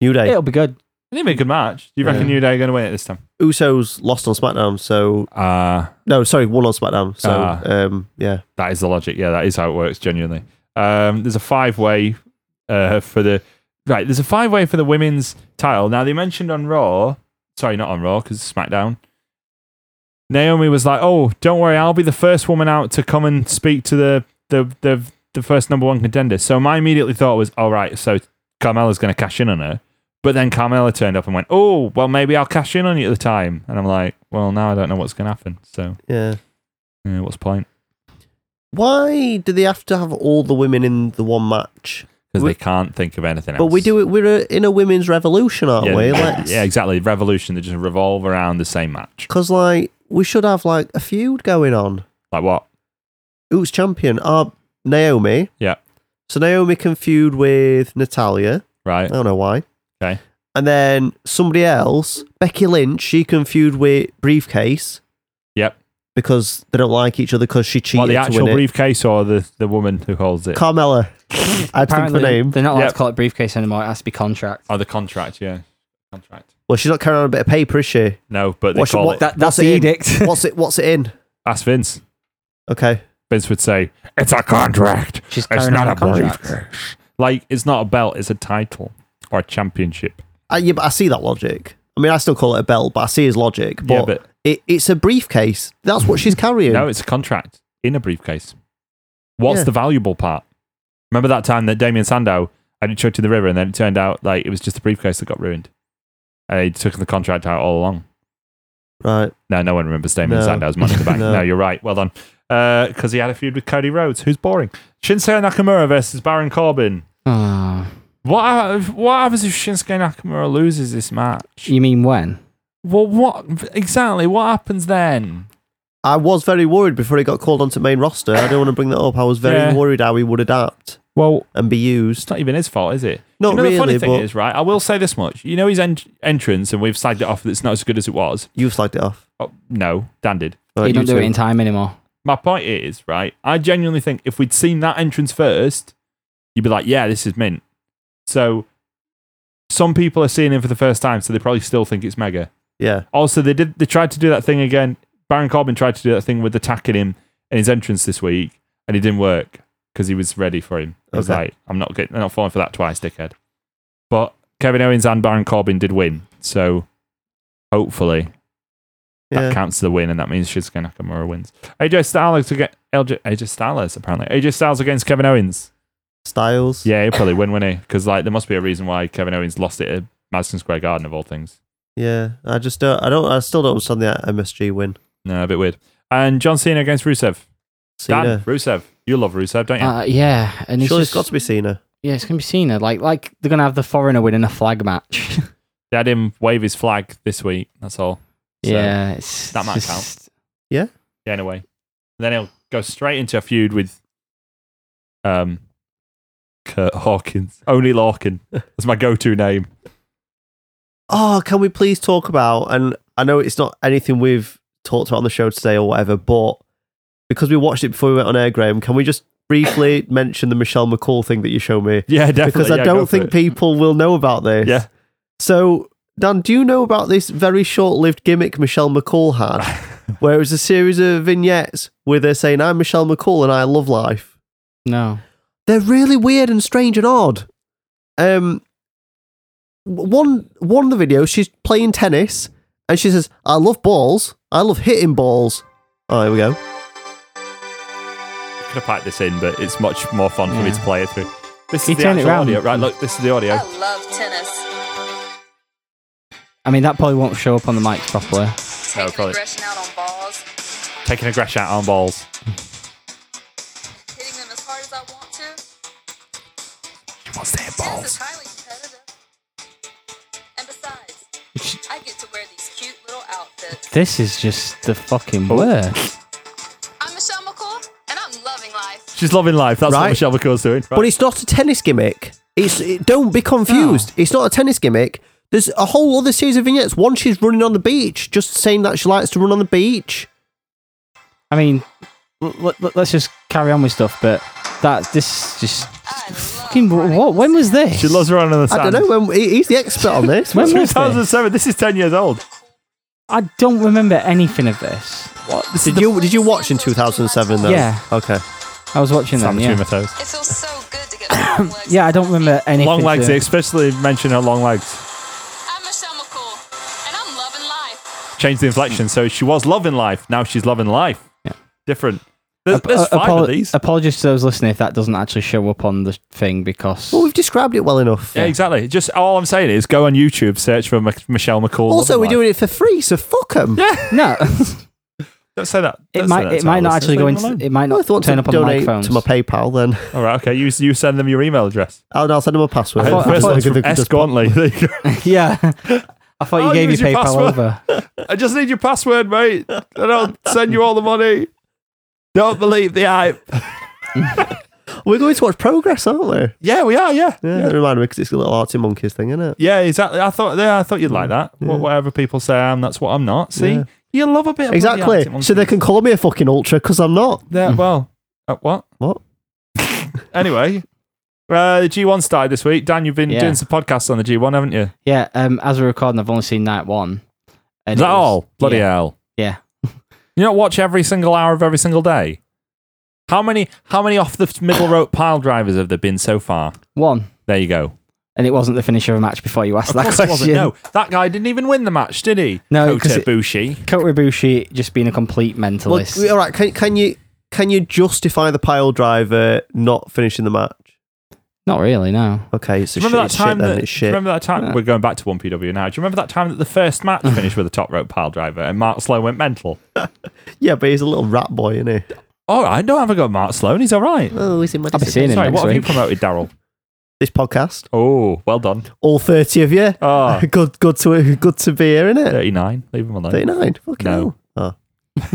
New Day.
It'll be good.
I think it'd be a good match. Do you reckon
Yeah.
New Day are going to win it this time?
Usos lost on SmackDown, so
Uh,
no, sorry, won on SmackDown. So
Ah.
um, yeah,
that is the logic. Yeah, that is how it works. Genuinely. Um, there's a five way uh, for the right. There's a five way for the women's title. Now they mentioned on Raw. Sorry, not on Raw because SmackDown. Naomi was like, "Oh, don't worry, I'll be the first woman out to come and speak to the the the, the first number one contender." So my immediately thought was, "All right, so Carmella's going to cash in on her." But then Carmella turned up and went, "Oh, well, maybe I'll cash in on you at the time." And I'm like, "Well, now I don't know what's going to happen. So,
yeah.
uh, what's the point?
Why do they have to have all the women in the one match?
Because
We-
they can't think of anything else."
But we do it. We're uh, in a women's revolution, aren't
yeah,
we?
yeah,
Let's,
yeah, exactly. Revolution that just revolve around the same match.
Because like we should have like a feud going on.
Like what?
Who's champion? Are Naomi.
Yeah.
So Naomi can feud with Natalia. I
Right?
don't know why.
Okay.
And then somebody else, Becky Lynch, she can feud with Briefcase
Yep.
because they don't like each other because she cheated
What the
to
actual
win
briefcase or the, the woman who holds
it.
it?
Carmella. I'd think the
Apparently,
name.
they're not allowed
Yep.
to call it briefcase anymore. It has to be contract.
oh, the contract. Yeah, contract.
Well, she's not carrying on a bit of paper,
[laughs]
is she?
No, but they
What's-
call
what-
it.
That, that's
What's
the
it in?
edict.
What's it? What's it in?
Ask Vince.
Okay.
Vince would say it's a contract.
She's
It's
carrying
not
on
a
a contract.
briefcase. Like it's not a belt. It's a title or a championship.
I, yeah, but I see that logic. I mean, I still call it a belt, but I see his logic. But,
yeah, but
it, it's a briefcase. That's what she's carrying.
no, it's a contract in a briefcase. What's
Yeah.
the valuable part? Remember that time that Damien Sandow had it chucked in the river, and then it turned out like it was just the briefcase that got ruined. And he took the contract out all along.
right.
No, no one remembers Damien
No.
Sandow's Money in the Bank. no.
No.
you're right. Well done. Because he had a feud with Cody Rhodes, who's boring. Shinsuke Nakamura versus Baron Corbin.
[laughs] Oh,
What, ha- what happens if Shinsuke Nakamura loses this match?
you mean when?
Well, what exactly? What happens then?
I was very worried before he got called onto main roster. I don't want to bring that up. I was very
Yeah.
worried how he would adapt
Well,
and be used.
it's not even his fault, is it?
Not
you know,
really,
the funny thing
but
is, right? I will say this much. You know his en- entrance, and we've slagged it off. That it's not as good as it was.
you've slagged it off.
Oh, no, Dan did.
All
you
right,
don't do
two.
it in time anymore.
my point is, right, I genuinely think if we'd seen that entrance first, you'd be like, yeah, this is mint. So some people are seeing him for the first time, so they probably still think it's mega.
Yeah.
Also, they did they tried to do that thing again. Baron Corbin tried to do that thing with attacking him in his entrance this week, and it didn't work because he was ready for him. I was
Okay.
like, I'm not getting, I'm not falling for that twice, dickhead. But Kevin Owens and Baron Corbin did win, so hopefully
Yeah.
that counts as the win, and that means Shinsuke Nakamura wins. AJ Styles against LJ, AJ Styles apparently. AJ Styles against Kevin Owens.
Styles.
Yeah, he'll probably win, won't he? Because like there must be a reason why Kevin Owens lost it at Madison Square Garden of all things.
Yeah. I just don't. I don't. I still don't understand the MSG win.
No, a bit weird. And John Cena against Rusev. Dan,
Cena.
Rusev, you love Rusev, don't you?
Uh, yeah, and it's
Surely
just,
it's got to be Cena.
yeah, it's gonna be Cena. Like, like they're gonna have the foreigner winning a flag match. [laughs]
they had him wave his flag this week. That's all. So,
yeah, it's
that might
just-
count. Yeah, anyway, then he'll go straight into a feud with um Kurt Hawkins, Only Larkin. That's my go-to name.
oh, can we please talk about? And I know it's not anything we've talked about on the show today or whatever, but because we watched it before we went on air, Graham, can we just
[coughs]
briefly mention the Michelle McCall thing that you showed me?
Yeah, definitely.
Because I
Yeah, go
don't
for
think
it.
people will know about this.
Yeah.
So, Dan, do you know about this very short lived gimmick Michelle
[laughs]
McCall had, where it was a series of vignettes with her saying, I'm Michelle McCall and I love life?
No.
they're really weird and strange and odd. Um, w- one one of the videos, she's playing tennis and she says, "I love balls. I love hitting balls." Oh, here we go.
could have packed this in, but it's much more fun for me
Yeah.
to play it through. This
You
is the
turn it
actual
round.
audio, right? Look, this is the audio.
I love tennis.
I mean, that probably won't show up on the mics properly.
Taking
probably.
aggression out on balls,
Taking a grash out on balls.
hitting them as hard as I want to.
She wants to hit
Tennis is
balls.
highly competitive. And besides, I get to wear these cute little outfits.
This is just the fucking
Oh.
worst.
I'm Michelle McCool, and I'm loving life.
She's loving life. That's what
Right.
Michelle McCool's doing.
But it's not a tennis gimmick. It's it, don't be confused.
Oh.
It's not a tennis gimmick. There's a whole other series of vignettes. One, she's running on the beach, just saying that she likes to run on the beach.
I mean, l- l- let's just carry on with stuff, but that this is just fucking what? When was this?
she loves running on the sand.
I don't know. When, he- he's the expert on
[laughs]
this.
When was this?
2007. This is 10 years old.
I don't remember anything of this.
What? This
did you did you watch in 2007 though?
Yeah.
Okay.
I was watching them.
Sam between my
Yeah.
toes.
It feels so good to get
[coughs]
my long legs.
yeah, I don't remember anything.
Long legs.
to-
They especially mention her long legs.
I'm Michelle McCool, and I'm loving life.
Change the inflection. So she was loving life. Now she's loving life.
Yeah.
Different. There's, there's
Uh,
five
apolo-
of these.
Apologies to those listening if that doesn't actually show up on the thing because
Well, we've described it well enough.
yeah, exactly. Just all I'm saying is go on YouTube, search for Mich- Michelle McCall.
Also,
loving
we're
life.
doing it for free, so fuck them. Yeah.
[laughs]
[laughs]
no,
Don't say that.
it
Don't say that
might
to
it
our
might not
listeners.
actually go
Leave them
into
alone.
it might
I
not
thought
turn
to
up on the
donate
microphones.
to my PayPal, then
All right. Okay. You you send them your email address.
I'll, I'll send them a password.
thought- I
First
thought-
one's from S. Gauntley. There you go.
[laughs] yeah, I thought
I'll
you gave
use
your
Oh, your
PayPal
password.
over.
[laughs] I just need your password, mate, and I'll send you all the money. Don't believe the hype.
We're going to watch Progress, aren't we?
Yeah, we are. Yeah,
Yeah, it reminded me because it's a little Artie Monkeys thing, isn't it?
yeah, exactly. I thought, yeah, I thought you'd
Mm.
like that. Wha- Whatever people say, I am. That's what I'm not. See,
Yeah.
you love a bit. Of bloody
Exactly.
Arctic
So they can
Monkeys.
call me a fucking ultra because I'm not.
Mm.
Yeah, well, uh, what?
What?
[laughs]
Anyway, uh, the G1 started this week. Dan, you've been
Yeah.
doing some podcasts on the G1, haven't you?
Yeah, um, as we're recording, I've only seen night one. And
Is
it
that
was-
all? Bloody
yeah,
hell!
yeah.
You don't watch every single hour of every single day. How many? How many off the middle rope pile drivers have there been so far?
One,
There you go.
and it wasn't the finish of a match before you asked
Of
that
course
question.
it wasn't. No, that guy didn't even win the match, did he?
No, 'cause
Kota
it-
Ibushi.
Kota Ibushi just being a complete
Well,
mentalist.
all right. Can, can you can you justify the pile driver not finishing the match?
Not really, no.
Okay, it's a
remember
shit,
that
it's
time
shit, then
that,
it's shit.
remember that time we're going back to one PW now. Do you remember that time that the first
[laughs]
match finished with a top rope pile driver and Mark Sloan went mental?
Yeah, but he's a little rat boy, isn't he?
All right, don't have a go at Mark Sloan. He's all
[laughs]
right.
Oh, he's in
I'll be seeing him
Sorry,
next
what have you
week.
promoted, Daryl?
This podcast,
Oh, well
[laughs]
done.
all thirty of you.
Oh,
[laughs] good, good to good to be here, isn't it?
39. Leave him alone.
Thirty nine. Fucking
No.
hell. Oh,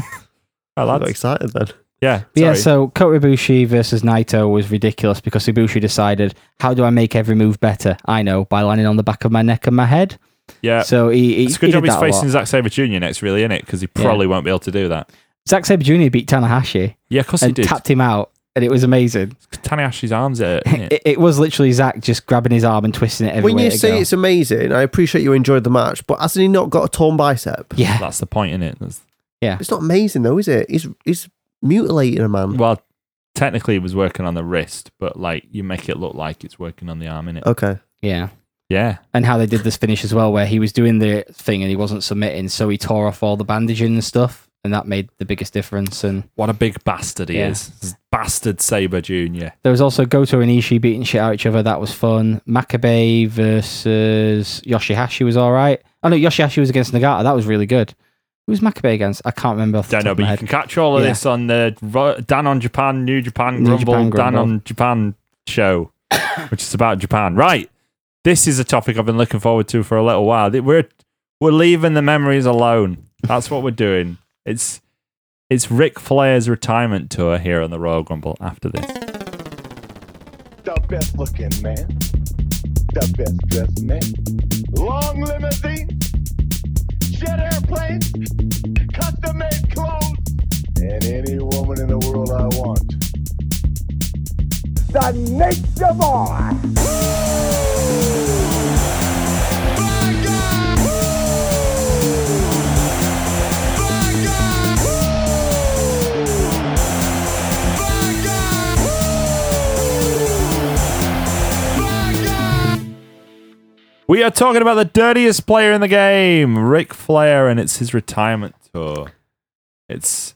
All
I
right,
got
lads.
excited then.
Yeah,
But yeah,
sorry.
so Kota Ibushi versus Naito was ridiculous because Ibushi decided, how do I make every move better? I know, by landing on the back of my neck and my head.
yeah.
So he, he,
it's a good
he
job
did
he's
that a lot.
facing Zack Sabre Jr. next, really, isn't it? Because he
Yeah.
probably won't be able to do that.
Zack Sabre Jr. beat Tanahashi
Yeah, of course he
and
did.
tapped him out, and it was amazing.
Tanahashi's arms hurt. innit?
It, it was literally Zack just grabbing his arm and twisting it every
when
way
you
to
say
go.
it's amazing, I appreciate you enjoyed the match, but hasn't he not got a torn bicep?
[laughs] yeah,
That's the point, isn't it? That's,
It's not amazing though, is it? He's he's mutilating a man.
Well, technically, he was working on the wrist, but like you make it look like it's working on the arm,
Oh.
innit?
Okay.
yeah.
Yeah.
and how they did this finish as well, where he was doing the thing and he wasn't submitting, so he tore off all the bandaging and stuff, and that made the biggest difference. And
What a big bastard he
Yeah.
is. This Bastard Sabre Jr.
there was also Goto and Ishii beating shit out of each other. That was fun. Makabe versus Yoshihashi was all right. Oh no, Yoshihashi was against Nagata. That was really good. Who was Makabe against? I can't remember. Off the
Don't
top
know,
of my
but you
head. [laughs]
can catch all of
Yeah.
this on the Ro- Dan on Japan, New Japan
New
Grumble,
Japan
Dan
Grumble.
on Japan show, [coughs] which is about Japan. Right. This is a topic I've been looking forward to for a little while. Th- We're we're leaving the memories alone. That's what we're doing. It's it's Ric Flair's retirement tour here on the Royal Grumble after this.
the best looking man, the best dressed man, long limousines, jet airplanes, custom made clothes, and any woman in the world I want. The Nature Boy!
We are talking about the dirtiest player in the game, Ric Flair, and it's his retirement tour. It's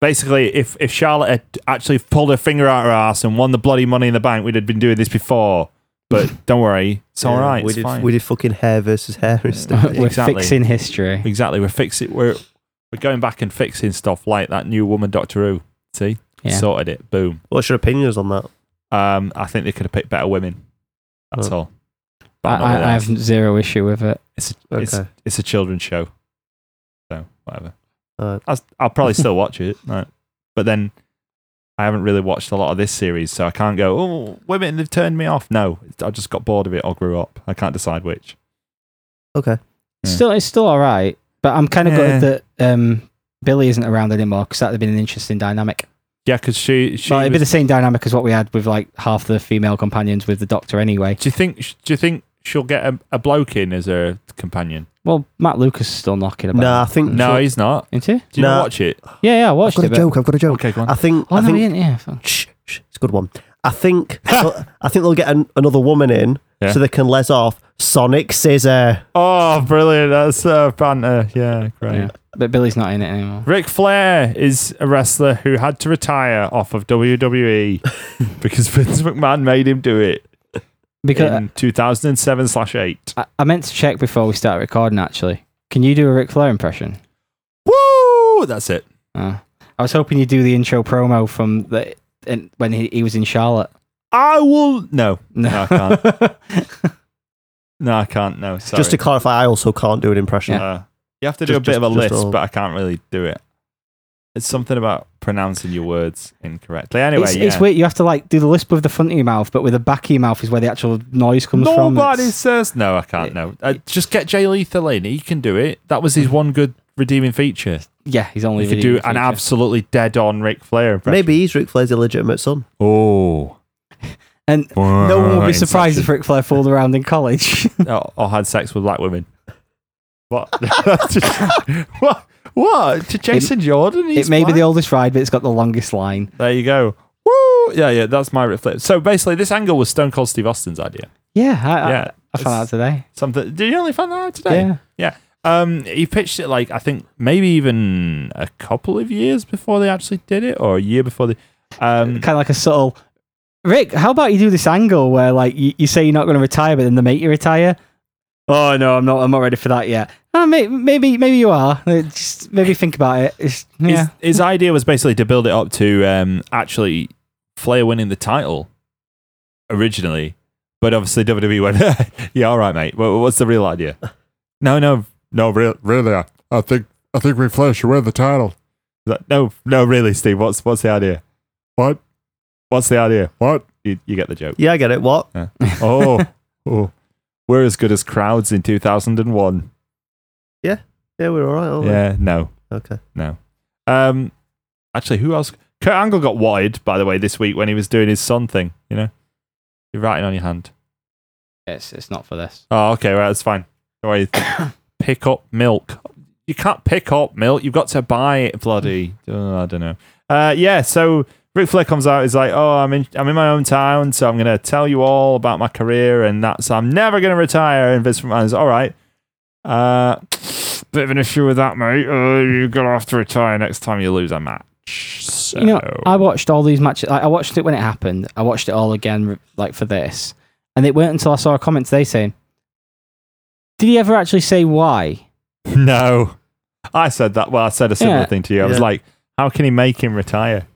basically if, if Charlotte had actually pulled her finger out her ass and won the bloody money in the bank, we'd have been doing this before.
[laughs]
But don't worry, it's all right.
We
it's
did
fine.
we did fucking hair versus hair and stuff.
We're
Exactly.
fixing history.
exactly. We're fixing. We're we're going back and fixing stuff like that new woman Doctor Who. See,
Yeah.
sorted it. Boom.
What's your opinions on that?
Um, I think they could have picked better women. That's
Oh.
all. But
I,
I'm not really
I, I have zero issue with it.
It's a,
Okay.
it's, it's a children's show, so whatever.
Alright.
I'll, I'll probably still watch it, [laughs] right. but then I haven't really watched a lot of this series, so I can't go. Oh, women, they've turned me off. No, it's- I just got bored of it or grew up. I can't decide which.
Okay.
Yeah.
Still, it's still all right, but I'm kind of
Yeah.
glad that um, Billy isn't around anymore because that'd have been an interesting dynamic.
Yeah, because she she.
Well, it'd be the
was-
same dynamic as what we had with like half the female companions with the Doctor anyway.
do you think do you think she'll get a, a bloke in as her companion?
Well, Matt Lucas is still knocking about.
Nah, I think
No, he's not.
Isn't he?
Do you not
Nah.
watch it?
Yeah, yeah, I watched
I've
it.
got
but-
a joke. I've got a joke.
Okay, go on.
I think.
Oh,
I
no,
think
he didn't, yeah. fuck.
Shh, shh, it's a good one.
[laughs]
I think I think they'll get an, another woman in
Yeah.
so they can let off Sonic Scissor.
Oh, brilliant! That's uh, banter. Yeah, great.
Yeah. But Billy's not in it anymore.
Ric Flair is a wrestler who had to retire off of WWE because Vince McMahon made him do it
Because
in 2007 slash 8.
I, I meant to check before we start recording, actually. Can you do a Ric Flair impression?
Woo! That's it.
Uh, I was hoping you'd do the intro promo from the in, when he, he was in Charlotte.
I will. No.
No.
I
[laughs]
can't. No, I can't. No, sorry.
Just to clarify, I also can't do an impression.
Uh, you have to do
Just-
a bit
just-
of a
just
list,
all-
but I can't really do it. It's something about pronouncing your words incorrectly. Anyway,
it's,
yeah.
it's weird. You have to like do the lisp with the front of your mouth, but with the back of your mouth is where the actual noise comes from.
Nobody
It's-
says no. I can't. No, uh, just get Jay Lethal in. He can do it. That was his one good redeeming feature.
Yeah, he's only.
You could
really
do
in
an
feature.
absolutely dead on Ric Flair impression.
Maybe he's Ric Flair's illegitimate son.
Oh.
and no one will be surprised if Ric Flair fooled around in college.
[laughs] Or, or had sex with black women. [laughs] What? what? What? To Jason Jordan?
it may be the oldest ride, but it's got the longest line.
There you go. Woo! Yeah, yeah, that's my Ric Flair. So basically, this angle was Stone Cold Steve Austin's idea.
Yeah, I,
Yeah,
yeah, I, I found out today.
Something. Did you only find that out today?
Yeah.
Yeah. Um, he pitched it like I think maybe even a couple of years before they actually did it, or a year before they. Um,
kind of like a subtle Rick, how about you do this angle where like you, you say you're not going to retire, but then they make you retire? Oh no, I'm not. I'm not ready for that yet. Ah, may, maybe, maybe you are. Uh, Just maybe think about it. It's- yeah,
His, his idea was basically to build it up to um, actually Flair winning the title originally, but obviously WWE went, [laughs] "Yeah, all right, mate. What, what's the real idea?" No, no, no, real, really. I, I think I think Ric Flair should win the title. no, no, really, Steve. What's what's the idea? What? What's the idea? What? You, you get the joke.
Yeah, I get it. What?
oh, [laughs] oh, we're as good as crowds in two thousand and one.
Yeah, we're all right, aren't
Yeah, no.
we? Okay.
No. Um, actually, who else? Kurt Angle got wide, by the way, this week when he was doing his son thing. You know, you're writing on your hand.
it's it's not for this.
Oh, okay, right, that's fine. Don't worry.
[coughs]
pick up milk. You can't pick up milk. You've got to buy it. Bloody,
Hmm.
Oh, I don't know. Uh, yeah. So Ric Flair comes out. He's like, "Oh, I'm in. I'm in my own town, so I'm gonna tell you all about my career and that's. I'm never gonna retire." And Vince McMahon's all right. Uh, [sniffs] bit of an issue with that, mate. Uh, you're gonna have to retire next time you lose a match. So,
You know, I watched all these matches. I, I watched it when it happened. I watched it all again, like for this, and it weren't until I saw a comment today saying, "Did he ever actually say why?"
[laughs] no, I said that. Well, I said a similar
Yeah.
thing to you. I was
Yeah.
like, "How can he make him retire?"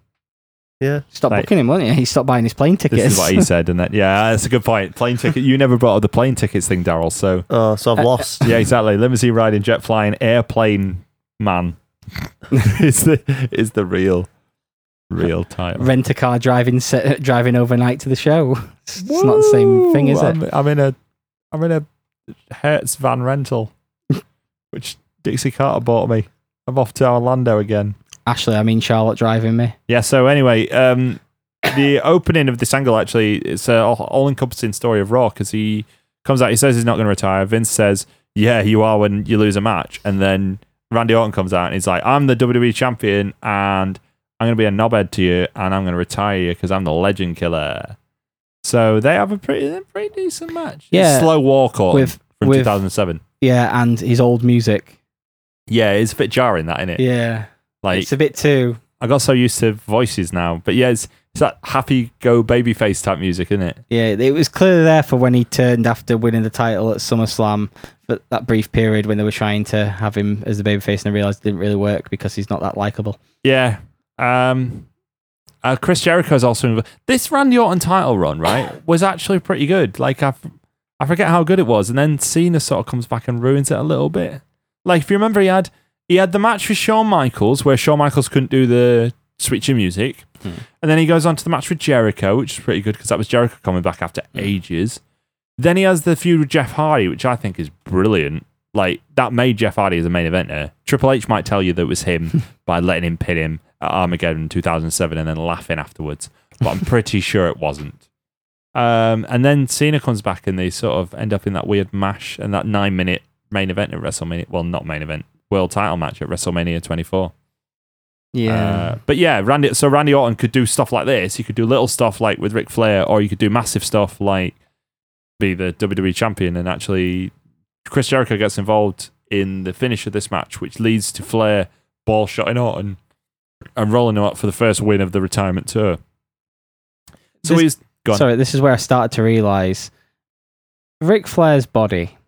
Yeah.
Stop
Like-
booking him, won't you? He stopped buying his plane tickets.
This is what he said, and that yeah, that's a good point. Plane ticket. You never brought up the plane tickets thing, Daryl. So
Oh, so I've lost.
yeah, exactly. Limousine riding, jet flying, airplane man [laughs] is the is the real real title.
[laughs] rent a car driving [laughs] se- driving overnight to the show. It's not the same thing, is
I'm,
it?
I'm in a I'm in a Hertz van
[laughs]
rental, which Dixie Carter bought me. I'm off to Orlando again.
Ashley, I mean Charlotte driving me.
Yeah. So anyway, um, the opening of this angle actually it's a all-encompassing story of Raw because he comes out, he says he's not going to retire. Vince says, "Yeah, you are when you lose a match," and then Randy Orton comes out and he's like, "I'm the WWE champion, and I'm going to be a knobhead to you, and I'm going to retire you because I'm the legend killer." So they have a pretty, pretty decent match. It's
Yeah.
slow walk on
With-
from
with-
2007.
Yeah, and his old music.
Yeah, it's a bit jarring that, isn't it?
Yeah,
like
it's a bit too.
I got so used to voices now, but yeah, it's, it's that happy go babyface type music, isn't it?
Yeah, it was clearly there for when he turned after winning the title at SummerSlam, but that brief period when they were trying to have him as the babyface and they realised it didn't really work because he's not that likable.
Yeah. Um, uh, Chris Jericho's also involved. This Randy Orton title run, right, was actually pretty good. Like I, f- I forget how good it was, and then Cena sort of comes back and ruins it a little bit. Like if you remember, he had he had the match with Shawn Michaels where Shawn Michaels couldn't do the switch in music, and then he goes on to the match with Jericho, which is pretty good because that was Jericho coming back after ages. Then he has the feud with Jeff Hardy, which I think is brilliant. Like that made Jeff Hardy as a main eventer. Triple H might tell you that it was him by letting him pin him at Armageddon in 2007 and then laughing afterwards, but I'm pretty [laughs] sure it wasn't. Um, and then Cena comes back and they sort of end up in that weird mash and that nine minute main event at WrestleMania. Well, not main event, world title match at WrestleMania 24. Uh, but yeah, Randy. So Randy Orton could do stuff like this. He could do little stuff like with Ric Flair, or you could do massive stuff like be the WWE champion. And actually, Chris Jericho gets involved in the finish of this match, which leads to Flair ball shotting Orton and rolling him up for the first win of the retirement tour. So
This-
he's gone.
Sorry, this is where I started to realise Ric Flair's body.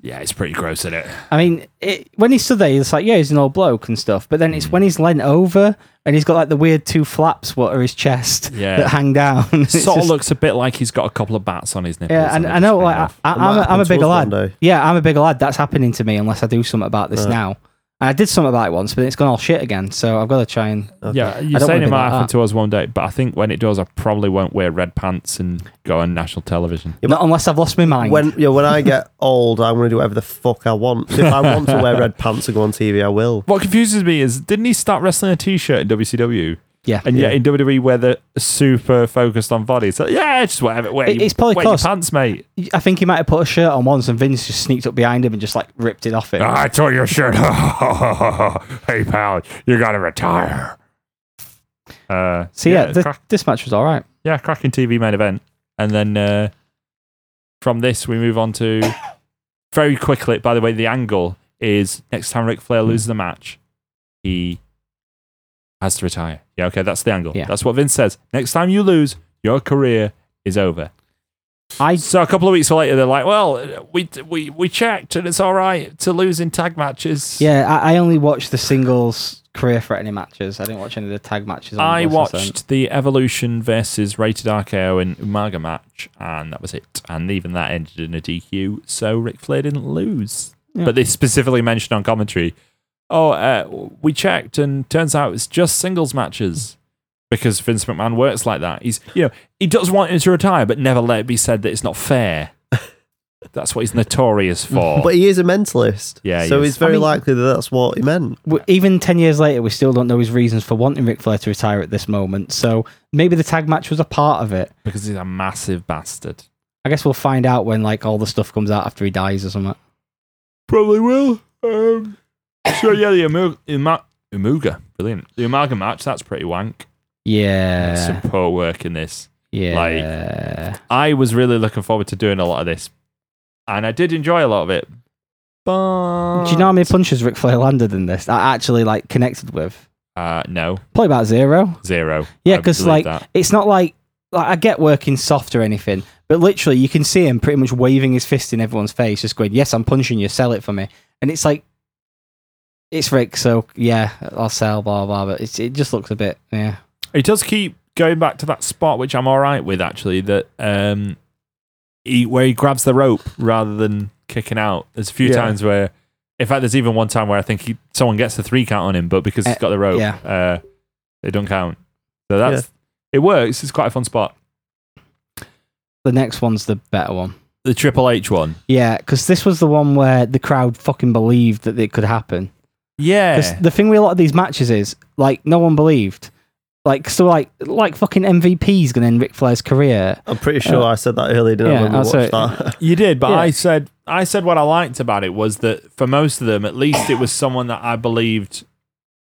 Yeah, it's pretty gross, isn't it?
I mean, it, when he stood there, it's like, yeah, he's an old bloke and stuff. But then it's
Mm.
when he's leant over and he's got like the weird two flaps, what are his chest
Yeah.
[laughs] that hang down. It's
Sort of
just-
looks a bit like he's got a couple of bats on his nipples.
Yeah, and
they're
I
just
know,
hanging
like, I,
off.
I,
It might
I'm, a,
happen
I'm a
to
bigger
us
lad.
one day.
Yeah, I'm a bigger lad. That's happening to me unless I do something about this now. And I did something about it once, but it's gone all shit again. So I've got to try and.
Yeah,
I
you're saying
don't wanna
it
be
might
like
happen
that.
to us one day, but I think when it does, I probably won't wear red pants and go on national television.
Not unless I've lost my mind.
[laughs] When yeah, when I get old, I'm gonna do whatever the fuck I want. So if I want to wear [laughs] red pants and go on TV, I will.
What confuses me is didn't he start wrestling in a t-shirt in WCW?
yeah.
And yet in WWE, where they're super focused on body, so yeah, just whatever. Wear,
It-
your-
it's probably
wear your
close.
pants, mate.
I think he might have put a shirt on once and Vince just sneaked up behind him and just like ripped it off him.
Ah, I tore your shirt. [laughs] hey, pal, you gotta retire. Uh,
so yeah, thi-
crack-
this match was all right.
yeah, cracking TV main event. And then uh, from this, we move on to very quickly. By the way, the angle is next time Ric Flair loses the match, he has to retire. Yeah, okay, that's the angle.
Yeah.
That's what Vince says. Next time you lose, your career is over.
I
So a couple of weeks later, they're like, "Well, we we we checked, and it's all right to lose in tag matches."
yeah, I, I only watched the singles career-threatening matches. I didn't watch any of the tag matches. On
I
Wrestle Zone.
watched the Evolution versus Rated RKO and Umaga match, and that was it. And even that ended in a DQ, so Ric Flair didn't lose. But they specifically mentioned on commentary, "Oh, uh, we checked, and turns out it's just singles matches." Because Vince McMahon works like that. He's, you know, he does want him to retire, but never let it be said that it's not fair. That's what he's notorious for.
But he is a mentalist.
Yeah, he
So
is.
it's
I
very
mean-
likely that that's what he meant.
W- Even ten years later, we still don't know his reasons for wanting Ric Flair to retire at this moment. So maybe the tag match was a part of it.
because he's a massive bastard.
I guess we'll find out when like all the stuff comes out after he dies or something.
Probably will. Um, so yeah, the Umu- Uma- Umuga, brilliant. The Umaga match, that's pretty wank.
Yeah,
Some poor work in this.
yeah.
I was really looking forward to doing a lot of this, and I did enjoy a lot of it. But
Do you know how many punches Ric Flair landed in this? That I actually like connected with
Uh, no,
probably about zero.
zero.
Yeah,
I
because
believe
like
that.
it's not like, like I get working soft or anything, but literally you can see him pretty much waving his fist in everyone's face, just going, "Yes, I'm punching you. Sell it for me." And it's like, it's Rick, so yeah, I'll sell. Blah blah. But it's, it just looks a bit yeah.
It does keep going back to that spot, which I'm all right with actually. That um, he, where he grabs the rope rather than kicking out. There's a few
Yeah.
times where, in fact, there's even one time where I think he, someone gets the three count on him, but because he's
Uh,
got the rope,
yeah.
uh, they don't count. So that's it works. It's quite a fun spot.
The next one's the better one.
the Triple H one.
Yeah, because this was the one where the crowd fucking believed that it could happen. 'Cause
Yeah.
the thing with a lot of these matches is like no one believed. Like so, like like fucking MVP's gonna end Ric Flair's career.
I'm pretty sure I said that earlier, didn't
yeah,
I? When we
I'll
watched
say-
[laughs] that.
You did, but
Yeah.
I said I said what I liked about it was that for most of them, at least it was someone that I believed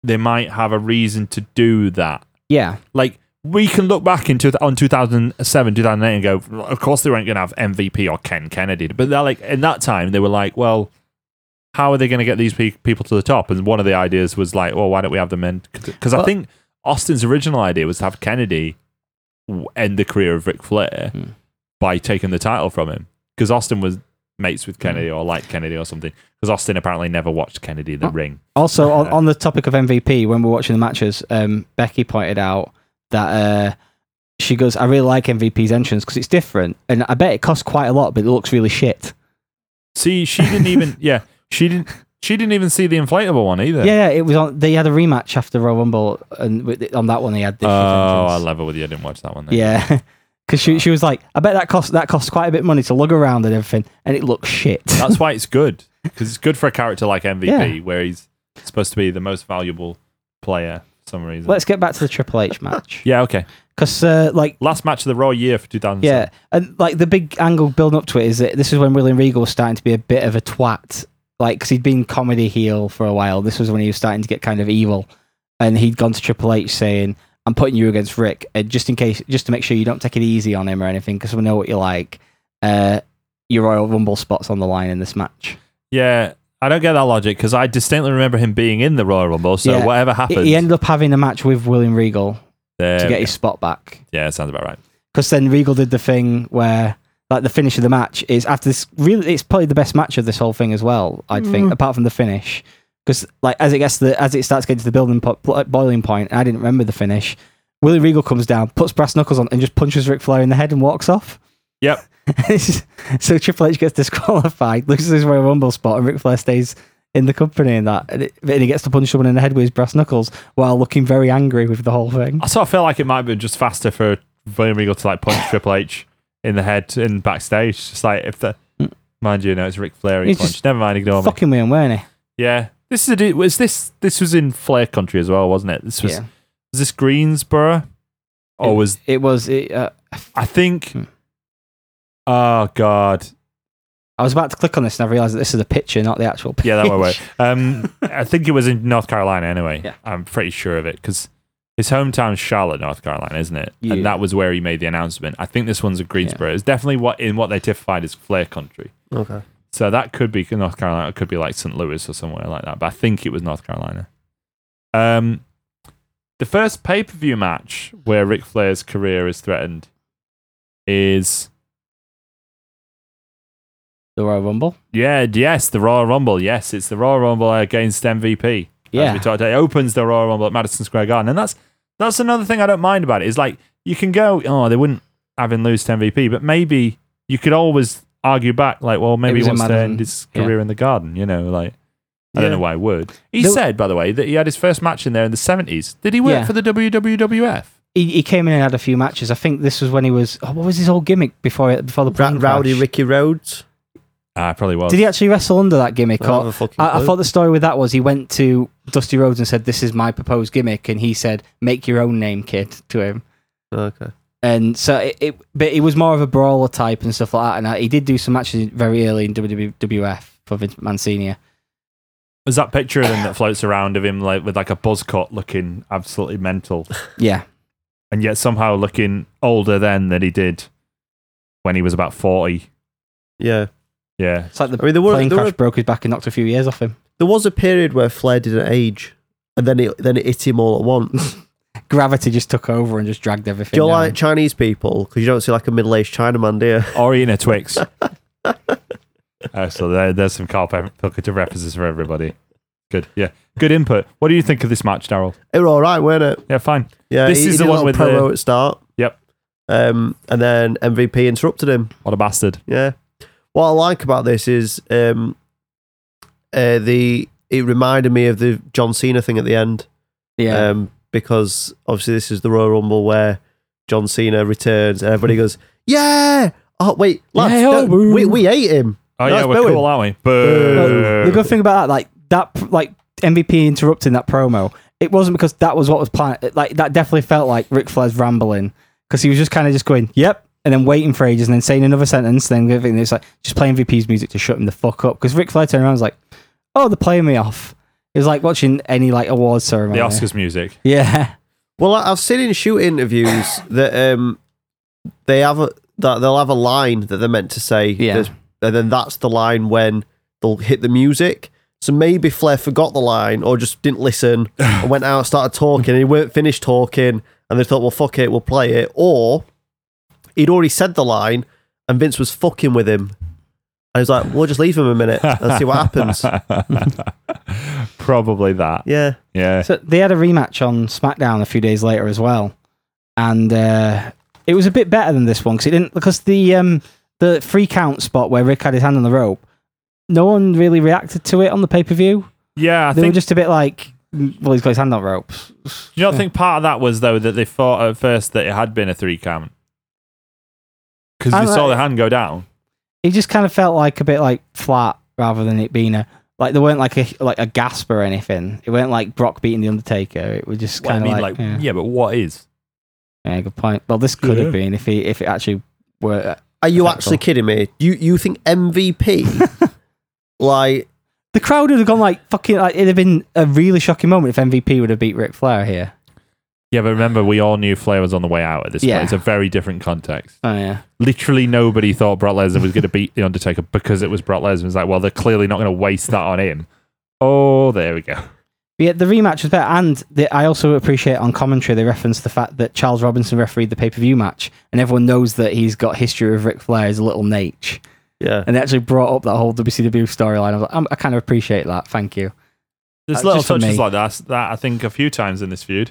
they might have a reason to do that.
Yeah,
Like we can look back in two, on 2007, 2008 and go, of course they weren't going to have MVP or Ken Kennedy, but they're like in that time they were like, well, how are they going to get these pe- people to the top? And one of the ideas was like, well, why don't we have them in? Because I
But-
think Austin's original idea was to have Kennedy w- end the career of Ric Flair
Hmm.
by taking the title from him because Austin was mates
Hmm.
with Kennedy or liked Kennedy or something. Because Austin apparently never watched Kennedy in the
Oh.
ring. [laughs]
Also, on, on the topic of MVP, when we were watching the matches, um, Becky pointed out that uh, she goes, "I really like MVP's entrance because it's different, and I bet it costs quite a lot, but it looks really shit."
See, she didn't even. yeah, she didn't. She didn't even see the inflatable one either.
Yeah, yeah, it was on. They had a rematch after Royal Rumble, and with- on that one they had this.
Oh, I
entrance.
level with you. I didn't watch that one. Then.
[laughs] yeah. Because she, she was like, I bet that cost that cost quite a bit of money to lug around and everything, and it looks shit.
That's why it's good because it's good for a character like MVP,
Yeah.
where he's supposed to be the most valuable player for some reason.
[laughs] Let's get back to the Triple H match
[laughs] yeah, okay.
because uh, like
Last match of the Raw year for 2000.
Yeah, and like the big angle building up to it is that this is when William Regal was starting to be a bit of a twat, like because he'd been comedy heel for a while. This was when he was starting to get kind of evil, and he'd gone to Triple H saying, "I'm putting you against Rick, uh, just in case, just to make sure you don't take it easy on him or anything, because we know what you like. Uh, your Royal Rumble spot's on the line in this match."
Yeah, I don't get that logic because I distinctly remember him being in the Royal Rumble. So
Yeah.
whatever
He-
happened,
He ended up having a match with William Regal
there
to
we
get
go.
his spot back.
yeah, sounds about right.
because then Regal did the thing where like the finish of the match is after this really it's probably the best match of this whole thing as well I'd think apart from the finish because like as it gets to the as it starts getting to the building po- pl- boiling point and I didn't remember the finish Willie Regal comes down puts brass knuckles on and just punches Ric Flair in the head and walks off
Yep.
[laughs] so Triple H gets disqualified [laughs] loses his Royal Rumble spot and Ric Flair stays in the company and that and, it, and he gets to punch someone in the head with his brass knuckles while looking very angry with the whole thing
I sort of feel like it might have been just faster for William Regal to like
[laughs]
punch Triple H in the head in backstage. Just like if the mind you, no, it's Ric Flair he
He's
punched.
Mm. just
Never mind, ignore me.
fucking weird weren't he
Yeah, this is a dude. Was this this was in Flair country as well, wasn't it? This was
Yeah.
was this Greensboro or was
it was it, uh,
I think?
Hmm.
Oh God,
I was about to click on this and I realised that this is a picture, not the actual picture.
yeah, that won't work.
[laughs]
Um, I think it was in North Carolina anyway.
Yeah.
I'm pretty sure of it because his hometown's Charlotte, North Carolina, isn't it?
Yeah.
And that was where he made the announcement. I think this one's a Greensboro. It's definitely what in what they typified as Flair country.
okay.
So that could be North Carolina. It could be like St. Louis or somewhere like that. But I think it was North Carolina. Um, the first pay per view match where Ric Flair's career is threatened is
The Royal Rumble.
yeah, yes, the Royal Rumble. Yes, it's the Royal Rumble against MVP. as
Yeah.
we talked about. It opens the Royal Rumble at Madison Square Garden, and that's that's another thing I don't mind about it. Is like you can go, oh, they wouldn't have him lose to MVP, but maybe you could always argue back, like, well, maybe he
was in
wants to
Madison,
end his
yeah.
career in the Garden, you know, like. I don't
Yeah.
know why he would. He
There-
said, by the way, that he had his first match in there in the seventies. Did he work
Yeah.
for the WWF?
He, he came in and had a few matches. I think this was when he was. Oh, what was his old gimmick before before the
Ra-
plane crash?
Rowdy Ricky Rhodes.
Ah, probably was.
Did he actually wrestle under that gimmick?
I don't have
Or,
a fucking
I, I
clue.
thought the story with that was he went to Dusty Rhodes and said, "This is my proposed gimmick," and he said, "Make your own name, kid," to him.
Okay.
And so it, it but it was more of a brawler type and stuff like that. And uh, he did do some matches very early in WWF for Vince Mancini.
There's that picture of him that floats around of him like with like a buzz cut, looking absolutely mental.
Yeah,
and yet somehow looking older then than he did when he was about 40.
Yeah.
Yeah.
it's like the
I mean, there were-
plane
there
crash
were-
broke his back and knocked a few years off him.
There was a period where Flair didn't age, and then it then it hit him all at [laughs] once.
gravity just took over and just dragged everything.
Do you
down.
like Chinese people? Because you don't see like a middle aged Chinaman, do you? [laughs]
Or eating a Twix. uh, so there, there's some Carl Pe- Pilkington references for everybody. Good. Yeah. Good input. What do you think of this match, Daryl?
It were all right, weren't it?
Yeah, fine.
Yeah.
This
he- he
is
did
the
a
one
little
with
promo
the-
at start.
Yep.
Um, and then MVP interrupted him.
What a bastard.
Yeah. What I like about this is um, uh, the it reminded me of the John Cena thing at the end.
yeah,
Um, because obviously this is the Royal Rumble where John Cena returns and everybody goes, Yeah, Oh wait, lads,
Yeah,
no,
oh, boo.
we we ate him.
Oh
That's
yeah, we're
Bowen.
cool, aren't we?
But
Boo.
the good thing about that, like that, pr- like MVP interrupting that promo, it wasn't because that was what was planned. Like that definitely felt like Ric Flair's rambling because he was just kind of just going, "Yep," and then waiting for ages, and then saying another sentence, then giving it's like just play MVP's music to shut him the fuck up. Because Ric Flair turned around and was like, "Oh, they're playing me off." It was like watching any like awards
the
ceremony.
Oscars music.
Yeah.
Well, I- I've seen in shoot interviews that um they have a, that they'll have a line that they're meant to say,
Yeah.
that's- and then that's the line when they'll hit the music. So maybe Flair forgot the line or just didn't listen and went out and started talking and he weren't finished talking and they thought, well, fuck it, we'll play it. Or he'd already said the line and Vince was fucking with him. And he was like, we'll just leave him a minute and see what happens.
Probably that.
Yeah.
Yeah.
So they had a rematch on SmackDown a few days later as well, and uh, it was a bit better than this one because it didn't because the um, the free count spot where Rick had his hand on the rope, no one really reacted to it on the pay per view.
Yeah, I
They were
think
just a bit like, "Mm, well, he's got his hand on ropes.
you know, I think part of that was though that they thought at first that it had been a three count. Because
I
they saw
like-
the hand go down.
It just kind of felt like a bit like flat rather than it being a like there weren't like a like a gasp or anything. It weren't like Brock beating the Undertaker. It was just
What I
kind of
mean, like,
like, yeah.
yeah. but what is?
Yeah, good point. Well, this could
Yeah.
have been if he if it actually were uh,
Are you
That's
actually
all.
kidding me? You, you think MVP, like,
The crowd would have gone like fucking. Like, it'd have been a really shocking moment if MVP would have beat Ric Flair here.
Yeah, but remember, we all knew Flair was on the way out at this
Yeah.
point. It's a very different context.
Oh yeah,
Literally nobody thought Brock Lesnar was going to beat The Undertaker because it was Brock Lesnar. It's like, well, they're clearly not going to waste that on him. Oh, there we go.
but yeah. The rematch was better, and the, I also appreciate on commentary they referenced the fact that Charles Robinson refereed the pay per view match, and everyone knows that he's got history of Ric Flair as a little Nate,
yeah.
and they actually brought up that whole WCW storyline. I was like, I'm, I kind of appreciate that. Thank you.
There's
That's
little
Uh, just for
touches
me.
like that, that I think a few times in this feud.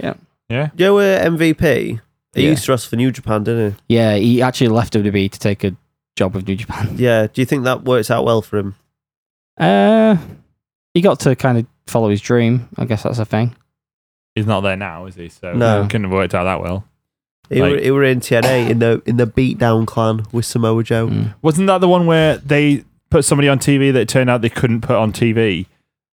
Joe uh, MVP. He
Yeah.
used to wrestle for New Japan, didn't
Yeah, he actually left WWE to take a job with New Japan.
[laughs]
he? Yeah. Do you think that works out well for him?
Uh, he got to kind of follow his dream. I guess that's a thing.
He's not there now, is he? So
No.
it couldn't have worked out that well.
He,
Like-
were, he were in TNA in the in the beatdown clan with Samoa
Oh.
Joe.
Mm.
Wasn't that the one where they put somebody on TV that it turned out they couldn't put on TV,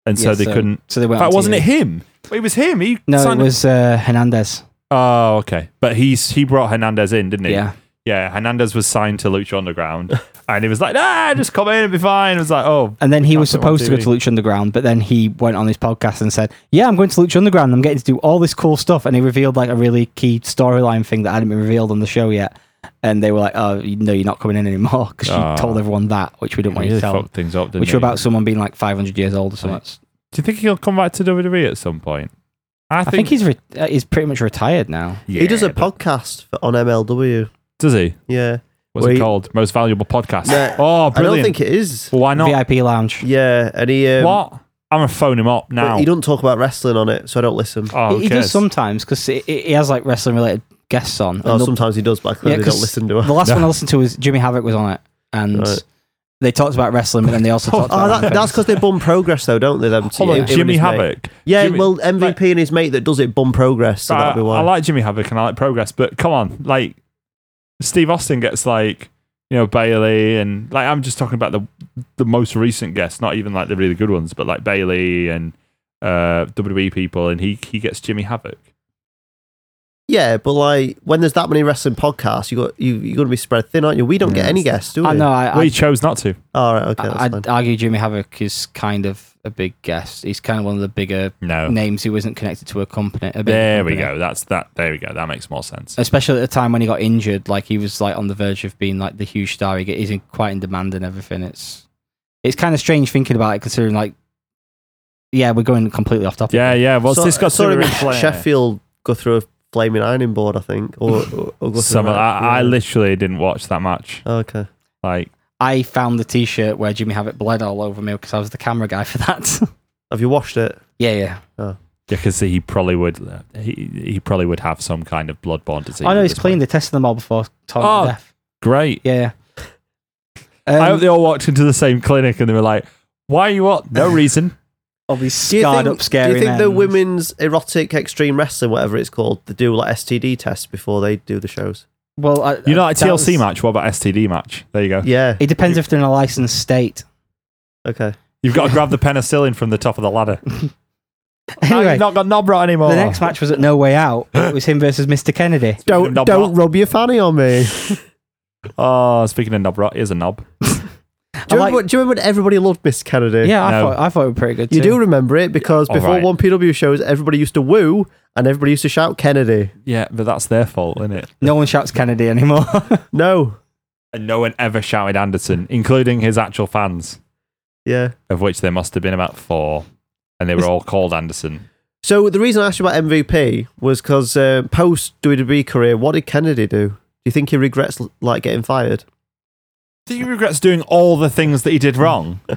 and so
Yeah,
they couldn't?
So they
In
went.
fact,
on
wasn't
TV.
it him? It was him. He
No,
signed-
it was uh, Hernandez.
Oh, okay. But he's he brought Hernandez in, didn't he?
Yeah.
Yeah. Hernandez was signed to Lucha Underground, [laughs] and he was like, "Ah, just come in and be fine." It was like, "Oh,
And then he was
That's it on
supposed to go
TV.
to Lucha Underground, but then he went on his podcast and said, Yeah, I'm going to Lucha Underground. I'm getting to do all this cool stuff. And he revealed like a really key storyline thing that hadn't been revealed on the show yet. And they were like, Oh, you- no, you're not coming in anymore [laughs] because
Ah.
you told everyone that, which we didn't want you
really
to tell.
fucked things up." Didn't
which
he?
were about someone being like 500 years old or something.
Right. Do you think he'll come back to WWE at some point? I think,
I think he's re- uh, he's pretty much retired now.
Yeah,
he does a
but-
podcast for, on MLW.
Does he?
Yeah.
What's
Wait.
it called? Most valuable podcast.
No,
oh,
I don't
brilliant!
think it is.
Well, why not?
VIP lounge.
Yeah. And he um,
what? I'm gonna phone him up
but
now.
he doesn't talk about wrestling on it, so I don't listen.
oh,
he, he does sometimes because he, he has like wrestling related guests on.
Oh,
and they'll-
sometimes he does, but I clearly don't
'cause
listen to it.
The last
No.
[laughs]
one I listened to was Jimmy Havoc was on it, and
Right.
they talked about wrestling, but then they also talked
[laughs] Oh,
about
that,
other
that's
things.
because they bum progress, though, don't they? Them two,
Hold on,
him and
Jimmy
his mate.
Havoc.
Yeah,
Jimmy-
well, MVP and his mate that does it bum progress, so that'd be
I,
why.
I like Jimmy Havoc and I like Progress, but come on, like Steve Austin gets like you know Bailey and like I'm just talking about the the most recent guests, not even like the really good ones, but like Bailey and uh, WWE people, and he he gets Jimmy Havoc.
yeah, but like when there's that many wrestling podcasts, you got you you're gonna be spread thin, aren't you? We don't get any guests, do we?
I know. I,
well, he
I,
chose not to.
All right, okay, that's
I,
fine.
would argue Jimmy Havoc is kind of a big guest. He's kind of one of the bigger
No,
names who isn't connected to a company. A big
there we
company.
go. That's that. There we go. That makes more sense.
Especially at the time when he got injured, like he was like on the verge of being like the huge star. He is quite in demand and everything. It's it's kind of strange thinking about it, considering like, yeah, we're going completely off topic.
Yeah, yeah. What's
So-
this got
I saw
to do
him
with
in
Ric Flair?
Sheffield go through a flaming ironing board, I think. Or, or, or go
Some
through
of,
a-
I, I
yeah.
literally didn't watch that much.
Okay.
Like,
I found the T-shirt where Jimmy Havoc bled all over me because I was the camera guy for that. [laughs]
Have you washed it?
yeah, yeah.
you can see he probably would. He, he probably would have some kind of bloodborne disease.
I know
at
he's
this
clean.
point.
They tested them all before Tom
Oh.
death.
Great.
Yeah.
I hope
Um,
they all walked into the same clinic and they were like, "Why are you what? [laughs] No reason."
all these
Do you
scarred
think,
up, scary
do you think the
men.
women's erotic extreme wrestling, whatever it's called, they do like STD tests before they do the shows?
Well, I,
You're not a
that
TLC
was-
match. What about STD match? There you go.
Yeah.
It depends if they're in a licensed
[laughs]
state.
Okay.
You've [laughs] got to grab the penicillin from the top of the [laughs] ladder.
Anyway,
I've not got Nobra anymore.
the next match was at No Way
[gasps]
Out. It was him versus Mr. Kennedy.
Speaking of
Don't
knob
don't
rot-
rub your fanny on me.
Oh, speaking of knob rot, here's a knob.
Do you,
like-
remember, when- do you remember when everybody loved Miss Kennedy?
Yeah, I
No.
thought I thought it was pretty good.
You
too.
do remember it because
All
before
right.
one PW shows, everybody used to woo and everybody used to shout Kennedy.
Yeah, but that's their fault, isn't it?
No one shouts Kennedy anymore. [laughs]
No.
And no one ever shouted Anderson, including his actual fans,
Yeah.
of which there must have been about four, and they were all called Anderson.
So the reason I asked you about MVP was because uh, post WWE career, what did Kennedy do? Do you think he regrets like getting fired?
Do you regrets doing all the things that he did wrong? [laughs]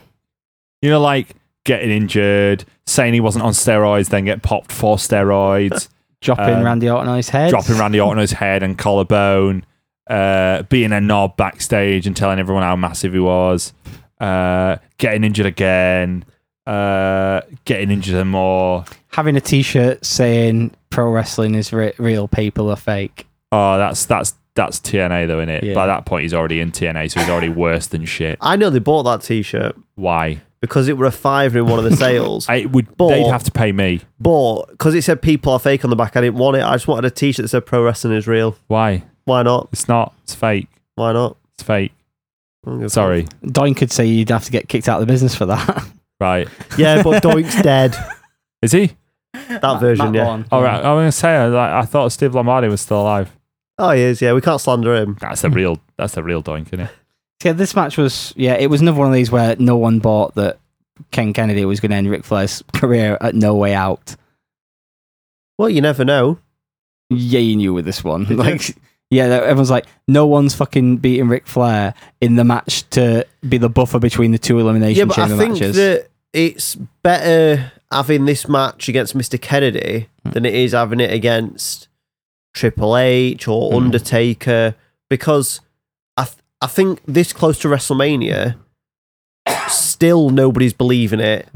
you know, like getting injured, saying he wasn't on steroids, then get popped for steroids,
Dropping
Um,
Randy Orton on his head.
dropping Randy Orton on his head and collarbone, uh, being a knob backstage and telling everyone how massive he was, uh, getting injured again, uh, getting injured some more.
Having a T-shirt saying "Pro wrestling is re- real, people are fake."
Oh, that's that's that's TNA though, isn't it?
Yeah.
By that point, he's already in TNA, so he's already worse than shit.
I know they bought that T-shirt
Why?
because it were a fiver in one
[laughs]
of the sales,
I it would.
But-
they'd have to pay me.
but because it said people are fake on the back, I didn't want it. I just wanted a T-shirt that said pro wrestling is real.
Why?
Why not?
It's not. It's fake.
Why not?
It's fake.
I'm gonna-
Sorry.
Doink could say you'd have to get kicked out of the business for that.
Right. [laughs]
[laughs]
Yeah, but Doink's dead.
Is he?
That version, yeah.
All right. I'm gonna say I, like, I thought Steve Lombardi was still alive.
Oh, he is. Yeah, we can't slander him.
That's a real. That's a real doink, isn't it?
Yeah, this match was yeah, it was another one of these where no one bought that Ken Kennedy was going to end Ric Flair's [laughs] career at No Way Out.
Well, you never know.
Yeah, you knew with this one. Like, yeah, that- everyone's like, no one's fucking beating Ric Flair in the match to be the buffer between the two elimination
yeah, but I
chamber
think
matches.
that it's better having this match against Mr. Kennedy
Hmm.
than it is having it against Triple H or
Hmm.
Undertaker because I th- I think this close to WrestleMania, still nobody's believing it.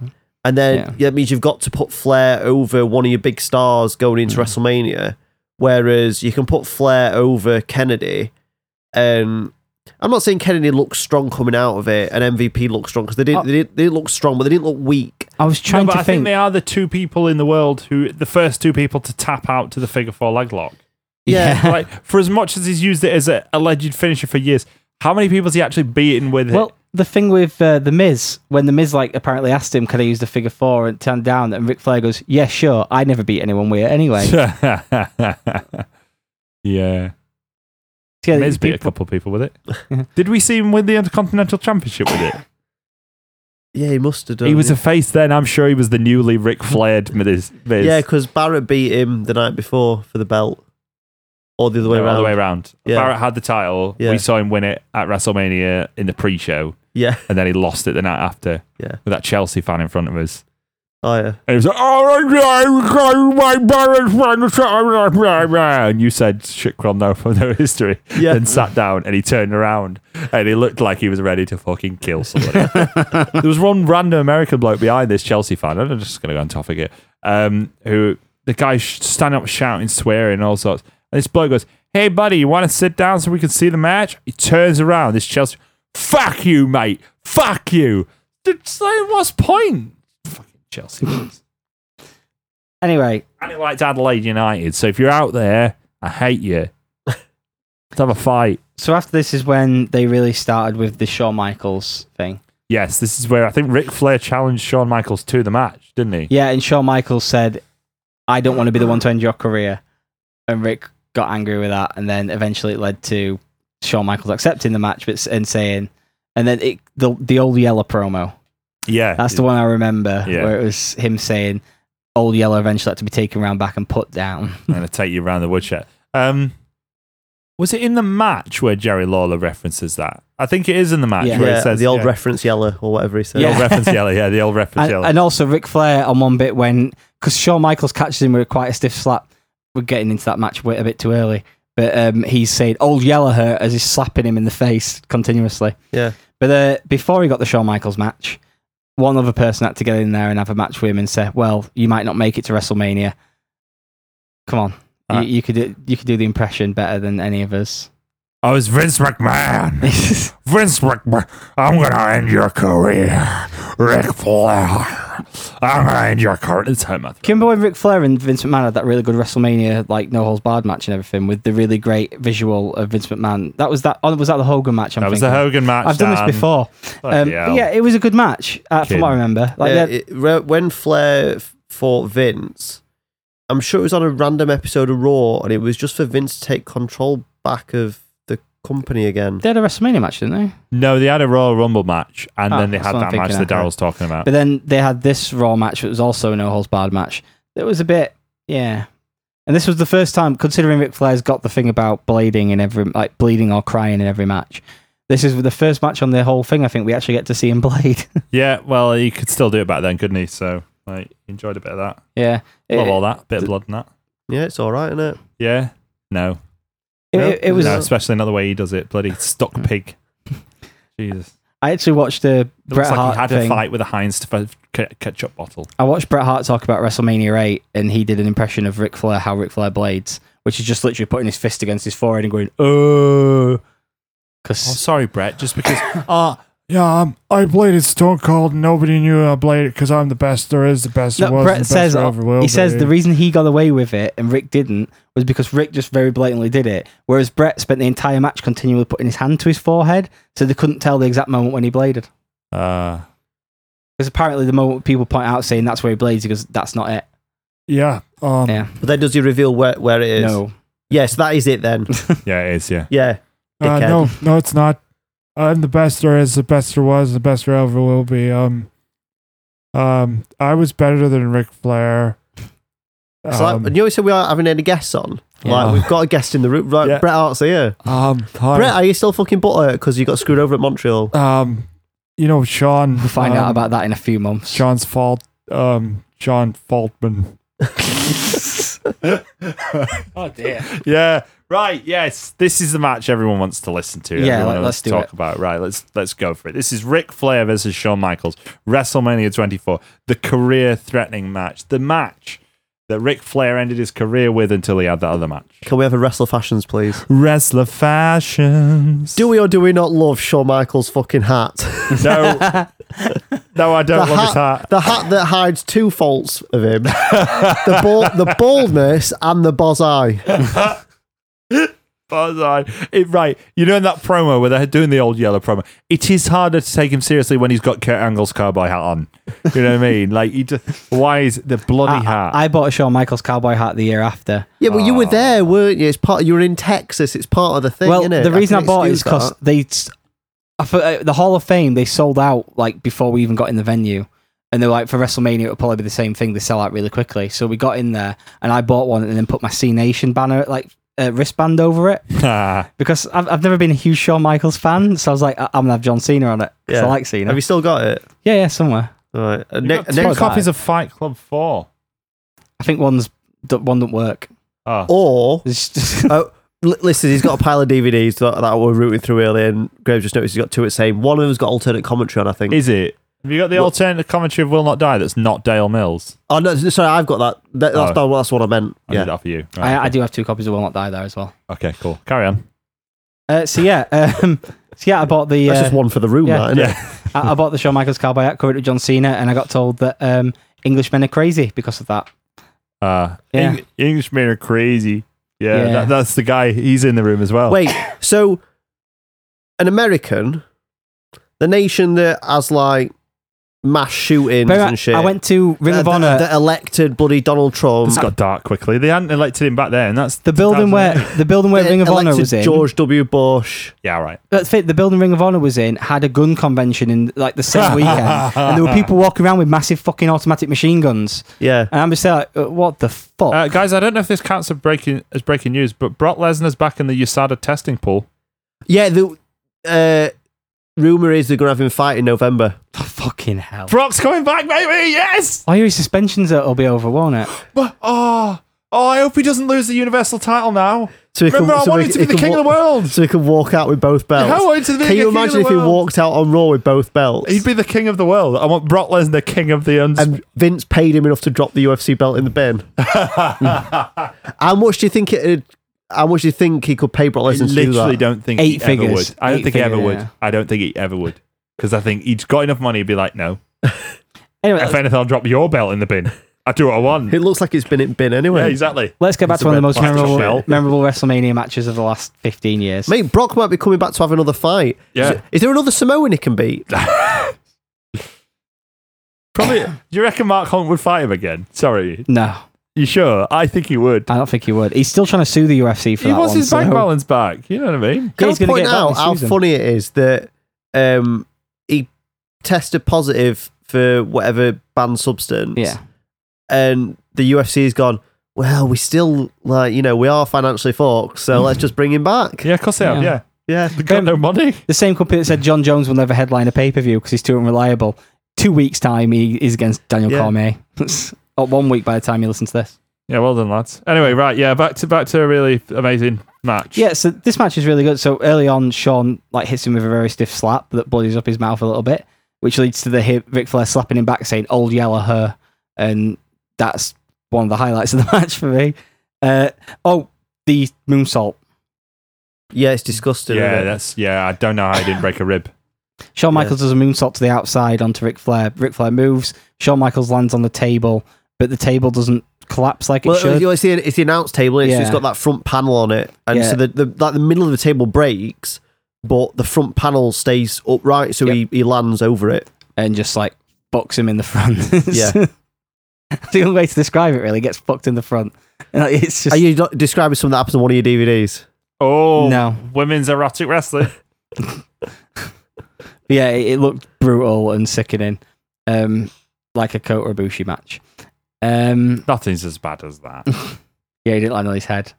And then
Hmm. Yeah.
that means you've got to put Flair over one of your big stars going
Hmm.
into WrestleMania. Whereas you can put Flair over Kennedy. Um, I'm not saying Kennedy looks strong coming out of it and MVP looks strong because they didn't, they didn't they didn't look strong, but they didn't look weak.
I was trying
No, but
to
I think
think.
they are the two people in the world who the first two people to tap out to the figure four leg lock.
yeah.
like for as much as he's used it as an alleged finisher for years, how many people's he actually beaten with
Well, the thing with uh, the Miz, when the Miz like apparently asked him, "Can I use the figure four and turn down?" and Ric Flair goes, "Yeah, sure. I never beat anyone with it
[laughs]
anyway."
it? yeah,
Yeah,
Miz beat a
people-
couple of people with it. Did we see him win the Intercontinental Championship with it?
[laughs] Yeah, he must have done.
he was
yeah.
a face then. I'm sure he was the newly Ric Flaired Miz. Miz.
yeah, because Barrett beat him the night before for the belt, or the other way
No, all
around.
the way around.
Yeah.
Barrett had the title.
Yeah.
We saw him win it at WrestleMania in the pre-show,
Yeah, [laughs]
and then he lost it the night after.
Yeah.
with that Chelsea fan in front of us.
oh yeah.
And he was like, "Oh, my Barrett's and you said shit well, no for no history.
Yeah.
Then sat down and he turned around and he looked like he was ready to fucking kill somebody. there was one random American bloke behind this Chelsea fan. I'm just going to go on topic here. Um, who the guy sh- standing up shouting, swearing, all sorts. And this bloke goes, "Hey buddy, you want to sit down so we can see the match?" He turns around. This Chelsea, fuck you, mate, fuck you. It's like, what's point? Fucking Chelsea. fans.
Anyway,
And it likes Adelaide United. So if you're out there, I hate
[laughs]
you. Let's have a fight.
so after this is when they really started with the Shawn Michaels thing.
Yes, this is where I think Ric Flair challenged Shawn Michaels to the match, didn't he?
Yeah, and Shawn Michaels said, "I don't want to be the one to end your career," and Rick got angry with that, and then eventually it led to Shawn Michaels accepting the match, but s- and saying, and then it the the old Yellow promo.
Yeah.
That's the one I remember
Yeah.
where it was him saying old yellow eventually had to be taken round back and put down.
I'm going to take you around the woodshed. Um, was it in the match where Jerry Lawler references that? I think it is in the match
Yeah.
where
yeah,
it says
the old
yeah.
reference yellow or whatever he said.
The
Yeah.
old reference yellow. Yeah,
[laughs]
the old reference
And,
yellow.
and also Ric Flair on one bit when because Shawn Michaels catches him with quite a stiff slap. We're getting into that match wi- a bit too early, but um, he's saying old yellow hurt as he's slapping him in the face continuously.
Yeah.
But uh, before he got the Shawn Michaels match, one other person had to get in there and have a match with him and say, "Well, you might not make it to WrestleMania. Come on,
Uh,
you, you could do- you could do the impression better than any of us."
I was Vince
[laughs]
McMahon. Vince McMahon, I'm gonna end your career. Rick Flair, I'm gonna end your career. It's her mouth.
Remember when Ric Flair and Vince McMahon had that really good WrestleMania, like no holds barred match and everything, with the really great visual of Vince McMahon. That was that. Oh, was that the Hogan match? I'm
That was the
thinking of?
Hogan match.
I've done
Dan.
this before. Um,
hell.
but yeah, it was a good match, uh, from what I
Kidding.
remember. Like,
Uh,
yeah,
it- re- when Flair f- fought Vince, I'm sure it was on a random episode of Raw, and it was just for Vince to take control back of the company again.
they had a WrestleMania match, didn't they?
No, they had a Royal Rumble match, and
Ah,
then they
that's
had
what I'm
that match
thinking
that
of.
Daryl's talking about.
But then they had this Raw match, that was also a no holds barred match. It was a bit, yeah. And this was the first time, considering Ric Flair's got the thing about bleeding in every, like bleeding or crying in every match. This is the first match on the whole thing. I think we actually get to see him [laughs] bleed.
Yeah, well, he could still do it back then, couldn't he? So, like, enjoyed a bit of that.
yeah, it,
Love all that bit of blood and that.
Yeah, it's all right, isn't it?
Yeah. No.
it- it- it was.
no, especially not the way he does it. Bloody stuck
Hmm.
pig. Jesus.
I actually watched the
It
Bret
looks like
Hart
he had
thing.
a fight with a Heinz f- ke- ketchup bottle.
I watched Bret Hart talk about WrestleMania 8, and he did an impression of Ric Flair, how Ric Flair blades, which is just literally putting his fist against his forehead and going, oh.
Oh,
Because
sorry, Brett. Just
[laughs]
because.
Ah, yeah, um, I bladed Stone Cold. Nobody knew I bladed because I'm the best there is, the best there
no,
was, the
Bret
best
says,
there ever will
he says
be.
the reason he got away with it and Rick didn't was because Rick just very blatantly did it, whereas Bret spent the entire match continually putting his hand to his forehead, so they couldn't tell the exact moment when he bladed.
Uh,
Because apparently, the moment people point out saying that's where he blades, he goes, that's not it.
yeah, um,
Yeah.
But then does he reveal where, where it is?
No.
Yes, that is
[laughs]
it then.
yeah, it is. Yeah.
Yeah.
uh,
Dickhead.
no, no, it's not. I'm the best there is, the best there was, the best there ever will be. Um, um, I was better than Ric Flair.
So like,
Um,
and you always said we aren't having any guests on. Like we've got a guest in the room. Right,
Yeah.
Brett Hart's here.
um, hi.
Brett, are you still fucking butthurt because you got screwed over at Montreal?
Uh,
um, you know, Sean.
We'll find out
um,
about that in a few months.
Sean's fault. Um, Sean Faltman.
Oh, dear.
Yeah. Right. Yes. This is the match everyone wants to listen to.
Yeah,
Everyone
let-
wants
let's
to
do
talk
it.
about. Right. Let's let's go for it. This is Ric Flair versus Shawn Michaels, WrestleMania 24, the career-threatening match, the match that Ric Flair ended his career with until he had that other match.
Can we have a wrestle
[laughs]
fashions, please?
Wrestler fashions.
Do we or do we not love Shawn Michaels' fucking hat? [laughs]
[laughs]
No. no, I don't love his hat.
The hat that hides two faults of
[laughs]
him: the bal- the baldness and the boz eye.
Buzz eye. It, right. You know in that promo where they're doing the old yellow promo, it is harder to take him seriously when he's got Kurt Angle's cowboy hat on. You know what I mean? Like, he just, why is the bloody
I,
hat?
I bought a Shawn Michaels cowboy hat the year after.
Yeah, but you were there, weren't you? It's part. You were in Texas. It's part of the thing.
well,
innit?
the reason I,
can
bought it is
excuse
because
that.
they, s- I fo- uh, the Hall of Fame, they sold out like before we even got in the venue, and they were like for WrestleMania it'll probably be the same thing. They sell out really quickly, so we got in there and I bought one and then put my C Nation banner like uh, wristband over it
[laughs] Ah,
because I've, I've never been a huge Shawn Michaels fan, so I was like I- I'm gonna have John Cena on it 'cause I like Cena.
Have you still got it?
yeah, yeah, somewhere.
All right. Uh,
you've
ne-
got two
next-
copies of Fight Club 4.
I think one's d- one don't work.
Oh.
or
It's just- [laughs]
Oh, l- listen, he's got a pile of DVDs that, that we're rooting through earlier, and Graves just noticed he's got two at the same. One of them's got alternate commentary on, I think.
Is it? Have you got the alternative commentary of Will Not Die that's not Dale Mills?
oh, no, sorry, I've got that. that that's,
Oh.
not what that's what I meant.
I did
yeah.
that for you. Right,
I, I
okay.
do have two copies of Will Not Die there as well.
Okay, cool. Carry on.
Uh, so yeah, [laughs] um, so yeah, I bought the.
That's
uh,
just one for the
[laughs]
room,
Yeah.
that, isn't
Yeah.
I, I bought the Shawn Michaels cowboy hat covered with John Cena, and I got told that um, Englishmen are crazy because of that.
Uh,
Yeah.
Eng- Englishmen are crazy. Yeah,
Yeah.
That, that's the guy. He's in the room as well.
it? Wait, so an American, the nation that has like mass shootings
Bear in
and
mind,
shit.
I went to Ring
that-
of
that-
Honor.
that elected bloody Donald Trump.
This got dark quickly. They hadn't elected him back then. That's
the
[laughs]
building where the building where
that
Ring of Honor
elected
was in.
George W. Bush.
yeah, right.
That's it, The building Ring of Honor was in had a gun convention in like the same weekend, and there were people walking around with massive fucking automatic machine guns.
Yeah.
And I'm just like, uh, what the fuck?
Uh, guys, I don't know if this counts as breaking as breaking news, but Brock Lesnar's back in the USADA testing pool.
Yeah, the uh, rumour is they're going to have him fight in November.
Oh, fucking hell.
Brock's coming back, baby! Yes!
Oh, your suspensions will be over, won't it?
But- Oh, oh! I hope he doesn't lose the Universal title now.
So he
Remember, I
so
wanted
he-
to
he
be the
can
king of the
wa-
world.
So he could walk out with both belts.
I wanted to be
can
the
you
king
imagine
of
if
the
he
world.
walked out on Raw with both belts?
He'd be the king of the world. I want Brock Lesnar, king of the uns-
and
[laughs]
Vince paid him enough to drop the UFC belt in the bin. How much do you think it'd how much do you think he could pay Brock
I
Lesnar to do
literally
that?
don't think
Eight
he ever
figures.
would. I don't
Eight
think he ever
figure,
would.
yeah.
I don't think he ever would. Because I think he's got enough money to be like, no.
Anyway,
If
let's,
anything, I'll drop your belt in the bin. I do what I want.
It looks like it's been in bin anyway.
Yeah, exactly.
let's go back
It's
to
a red
one of the most
plastic
memorable,
shell.
memorable WrestleMania matches of the last 15 years.
Mate, Brock might be coming back to have another fight.
Yeah.
Is, is there another Samoan he can beat?
Probably. do you reckon Mark Hunt would fight him again? Sorry.
No,
You sure? I think he would.
I don't think he would. He's still trying to sue the UFC for
He
that
wants
one.
his bank
so-
balance back. You know what I mean?
Yeah,
Can
he's
I
gonna
point
get that
out
this
how
season.
funny it is that um, he tested positive for whatever banned substance?
Yeah.
And the UFC has gone, well, we still, like, you know, we are financially fucked, so let's just bring him back.
Yeah, of course they have.
Yeah.
Yeah.
Yeah.
They got no money.
The same company that said John Jones will never headline a pay per view because he's too unreliable. Two weeks' time, he is against Daniel
Yeah.
Cormier. [laughs] or one week by the time you listen to this.
Yeah, well done, lads. Anyway, right, yeah, back to back to a really amazing match.
Yeah, so this match is really good. So early on, Sean like hits him with a very stiff slap that bloodies up his mouth a little bit, which leads to the hit, Ric Flair slapping him back, saying "Old Yeller her," and that's one of the highlights of the [laughs] match for me. Uh, oh, the moonsault.
Yeah, it's disgusting.
yeah,
isn't it?
that's yeah. I don't know how I didn't break a rib.
Shawn Michaels does a moonsault to the outside onto Ric Flair. Ric Flair moves. Shawn Michaels lands on the table, but the table doesn't collapse like it
Well,
should.
you always see it- it's the announce table. It's, it's
Yeah.
got that front panel on it, and
Yeah.
so the, the like the middle of the table breaks, but the front panel stays upright, so he, he lands over it.
and just like fucks him in the front. [laughs]
Yeah.
That's the only way to describe it really. Gets fucked in the front. [laughs] And, like, It's just
Are you not describing something that happens on one of your DVDs?
Oh
No.
women's erotic
[laughs]
wrestling.
yeah, it, it looked brutal and sickening, um, like a Kota Ibushi match. Um,
Nothing's as bad as that.
yeah, he didn't land on his head.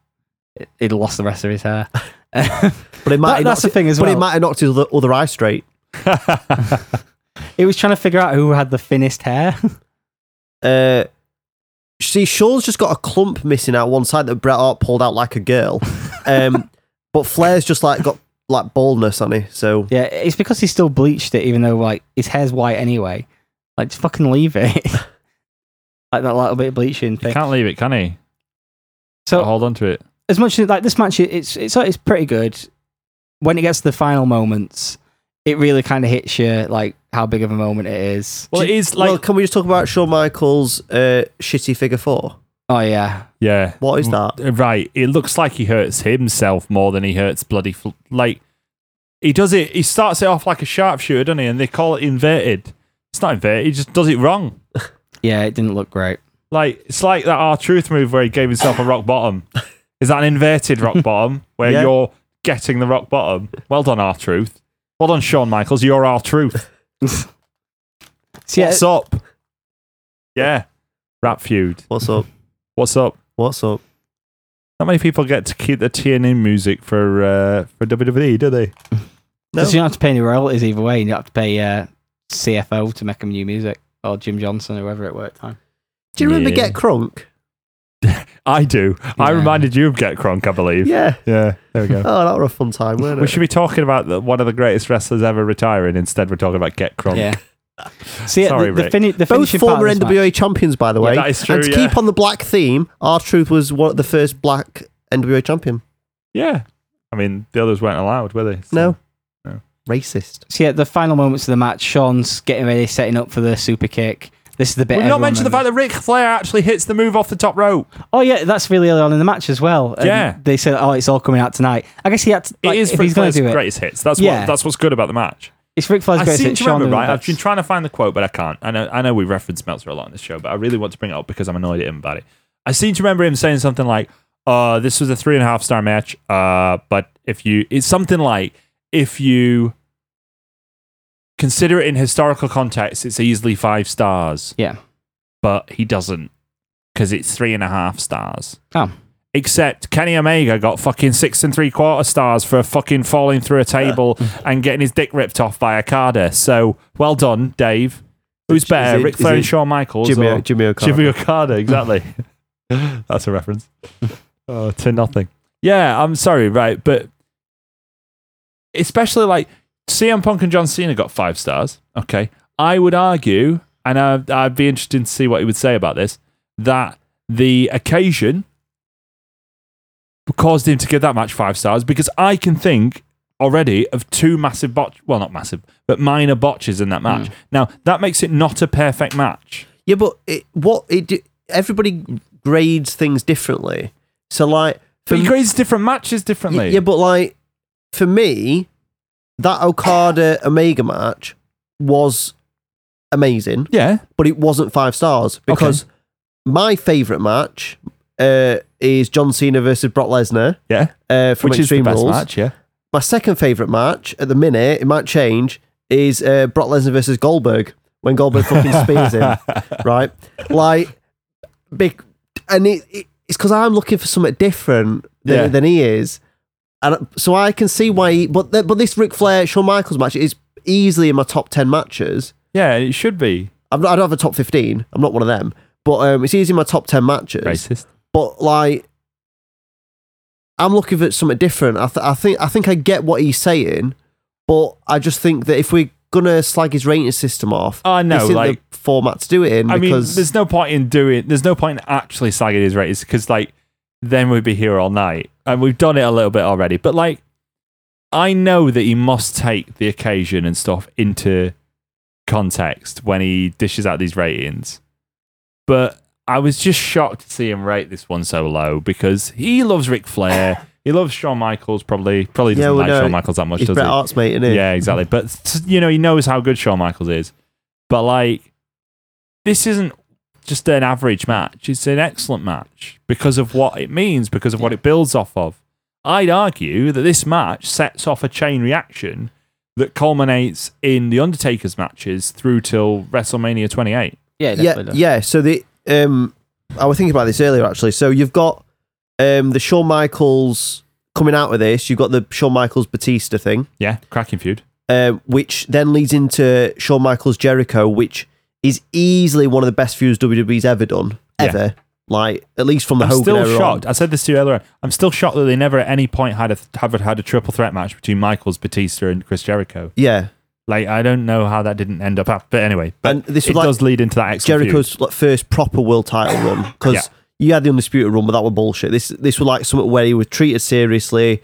It, he'd lost the rest of his hair. [laughs]
But it might
That-
have
that's
knocked-
the thing as
But it
well.
might have knocked his other, other eye straight.
He was trying to figure out who had the thinnest hair. [laughs]
Uh, see, Sean's just got a clump missing out one side that Bret Hart pulled out like
[laughs]
a girl, um, but Flair's just like got like baldness on it. So
yeah, it's because he still bleached it, even though like his hair's white anyway. Like, just fucking leave it. [laughs] like that little bit of bleaching
He
thing.
can't leave it, can he?
So
hold on to it.
as much as like this match, it- it's it's it's pretty good. When it gets to the final moments, it really kind of hits you like how big of a moment it is.
Well, it is like
well, can we just talk about Shawn Michaels' uh, shitty figure four?
Oh yeah,
yeah. Uh,
What is that?
Right. It looks like he hurts himself more than he hurts bloody fl- like. He does it. He starts it off like a sharpshooter, doesn't he? And they call it inverted. It's not inverted. He just does it wrong.
yeah, it didn't look great.
Like it's like that R Truth move where he gave himself a rock [laughs] bottom. Is that an inverted rock bottom where
Yeah.
you're getting the rock bottom? Well done, R Truth. Well done, Shawn Michaels. You're R Truth.
So,
[laughs]
yeah,
What's up? Yeah. Rap feud.
What's up?
What's up?
What's up?
Not many people get to keep the TNA music for uh, for WWE, do they?
No.
'cause you don't have to pay any royalties either way. and You don't have to pay uh, CFO to make him new music or Jim Johnson or whoever it worked on.
Do you remember
Yeah.
Get Crunk?
I do. I
Yeah.
reminded you of Get Crunk, I believe.
Yeah.
[laughs] Yeah, there we go.
Oh, that were a fun time, weren't it?
we should be talking about the, one of the greatest wrestlers ever retiring. Instead, we're talking about Get Crunk.
Yeah. So yeah,
Sorry,
the, the,
Rick.
fini- the
Both
finishing
former
part of this match-
NWA champions, by the way.
that is true,
And to
yeah.
keep on the black theme, R Truth was one the first black NWA champion.
Yeah. I mean, the others weren't allowed, were they? So-
No.
No.
Racist.
So yeah, the final moments of the match. Sean's getting ready, setting up for the super kick. This is the bit.
We've not
everyone
mentioned the
remembers.
fact that Ric Flair actually hits the move off the top rope.
Oh yeah, that's really early on in the match as well. And
Yeah.
they said, "Oh, it's all coming out tonight." I guess he had to. Like,
it is
if
Ric
he's going
Flair's
to do it.
greatest hits. That's
Yeah.
what that's what's good about the match.
It's Ric Flair's
I
greatest.
seem
hit,
to
Sean
remember,
doing
right? I've
that.
been trying to find the quote, but I can't. I know I know we reference Meltzer a lot in this show, but I really want to bring it up because I'm annoyed at him about it. I seem to remember him saying something like, uh, this was a three and a half star match, uh, but if you it's something like if you consider it in historical context, it's easily five stars.
Yeah.
But he doesn't. Because it's three and a half stars.
Oh.
Except Kenny Omega got fucking six and three quarter stars for fucking falling through a
[laughs]
table and getting his dick ripped off by Okada. So well done, Dave. Who's
Is it-
better, Ric
is
Flair
it
and Shawn Michaels
Jimmy,
or
Jimmy O'Connor.
Jimmy Okada? Exactly. [laughs] That's a reference. Oh, to nothing. Yeah, I'm sorry, right? But especially like CM Punk and John Cena got five stars. Okay. I would argue, and I'd, I'd be interested to see what he would say about this, that the occasion caused him to give that match five stars because I can think already of two massive botch well not massive but minor botches in that match. Now that makes it not a perfect match.
Yeah, but it, what it d- everybody grades things differently. So like for
But he
m-
grades different matches
y-
differently.
yeah, but like for me, that Okada Omega match was amazing,
yeah.
but it wasn't five stars because my favorite match uh, is John Cena versus Brock Lesnar
Yeah.
uh, from
Which is the
Extreme
best
Rules.
match, yeah.
My second favorite match at the minute, it might change, is uh, Brock Lesnar versus Goldberg when Goldberg fucking spears him, right? Like, big, and it, it- it's because I'm looking for something different than,
Yeah.
than he is, and so I can see why. He, but th- but this Ric Flair Shawn Michaels match is easily in my top ten matches.
Yeah, it should be.
I'm not, I don't have a top fifteen. I'm not one of them, but um, it's easily in my top ten matches
Racist.
but like I'm looking for something different. I, th- I think I think I get what he's saying, but I just think that if we're gonna slag his rating system off,
Oh, no,
this isn't
like-
the format to do it in
I mean,
because
there's no point in doing. There's no point in actually slagging his ratings because, like, then we'd be here all night, and we've done it a little bit already. But like, I know that he must take the occasion and stuff into context when he dishes out these ratings. But I was just shocked to see him rate this one so low because he loves Ric Flair.
[sighs]
He loves Shawn Michaels, probably. Probably
Yeah,
doesn't
well,
like
no,
Shawn Michaels that much,
he's
does
Bret
he?
Hart's mate, is
Yeah, exactly. But t- you know, he knows how good Shawn Michaels is. But like, this isn't just an average match. It's an excellent match because of what it means, because of what it builds off of. I'd argue that this match sets off a chain reaction that culminates in the Undertaker's matches through till WrestleMania 28.
Yeah, it
yeah,
definitely does.
yeah. So the um, I was thinking about this earlier actually. So you've got um the Shawn Michaels coming out with this. You've got the Shawn Michaels Batista thing.
Yeah, cracking feud.
uh, which then leads into Shawn Michaels Jericho, which is easily one of the best feuds WWE's ever done,
Yeah.
ever. Like at least from the
I'm
Hogan
still
era on.
shocked. I said this to you earlier. on. I'm still shocked that they never at any point had a have had a triple threat match between Michaels, Batista, and Chris Jericho.
Yeah,
Like I don't know how that didn't end up hap- but anyway, but
And this
it
was like
does lead into that excellent feud.
Jericho's like, first proper world title run because
Yeah.
you had the undisputed run, but that was bullshit. This this was like something where he was treated seriously.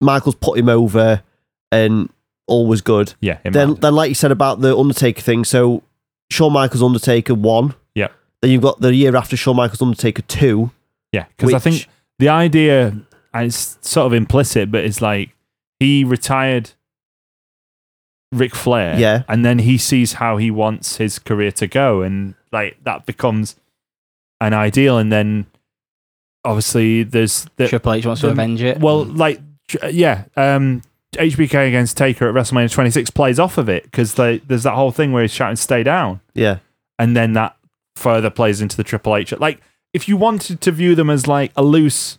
Michaels put him over, and all was good.
Yeah, it
Then,
mattered.
then, like you said about the Undertaker thing, so Shawn Michaels Undertaker one.
yeah,
Then you've got the year after Shawn Michaels Undertaker two.
yeah. Because I
Which-
think the idea and it's sort of implicit, but it's like he retired Ric Flair,
Yeah.
and then he sees how he wants his career to go, and like that becomes an ideal, and then obviously there's the,
Triple H wants to
the-
avenge it.
Well, like, j- yeah, um, HBK against Taker at WrestleMania 26 plays off of it because there's that whole thing where he's shouting "Stay down,"
Yeah,
and then that further plays into the Triple H. Like, if you wanted to view them as like a loose,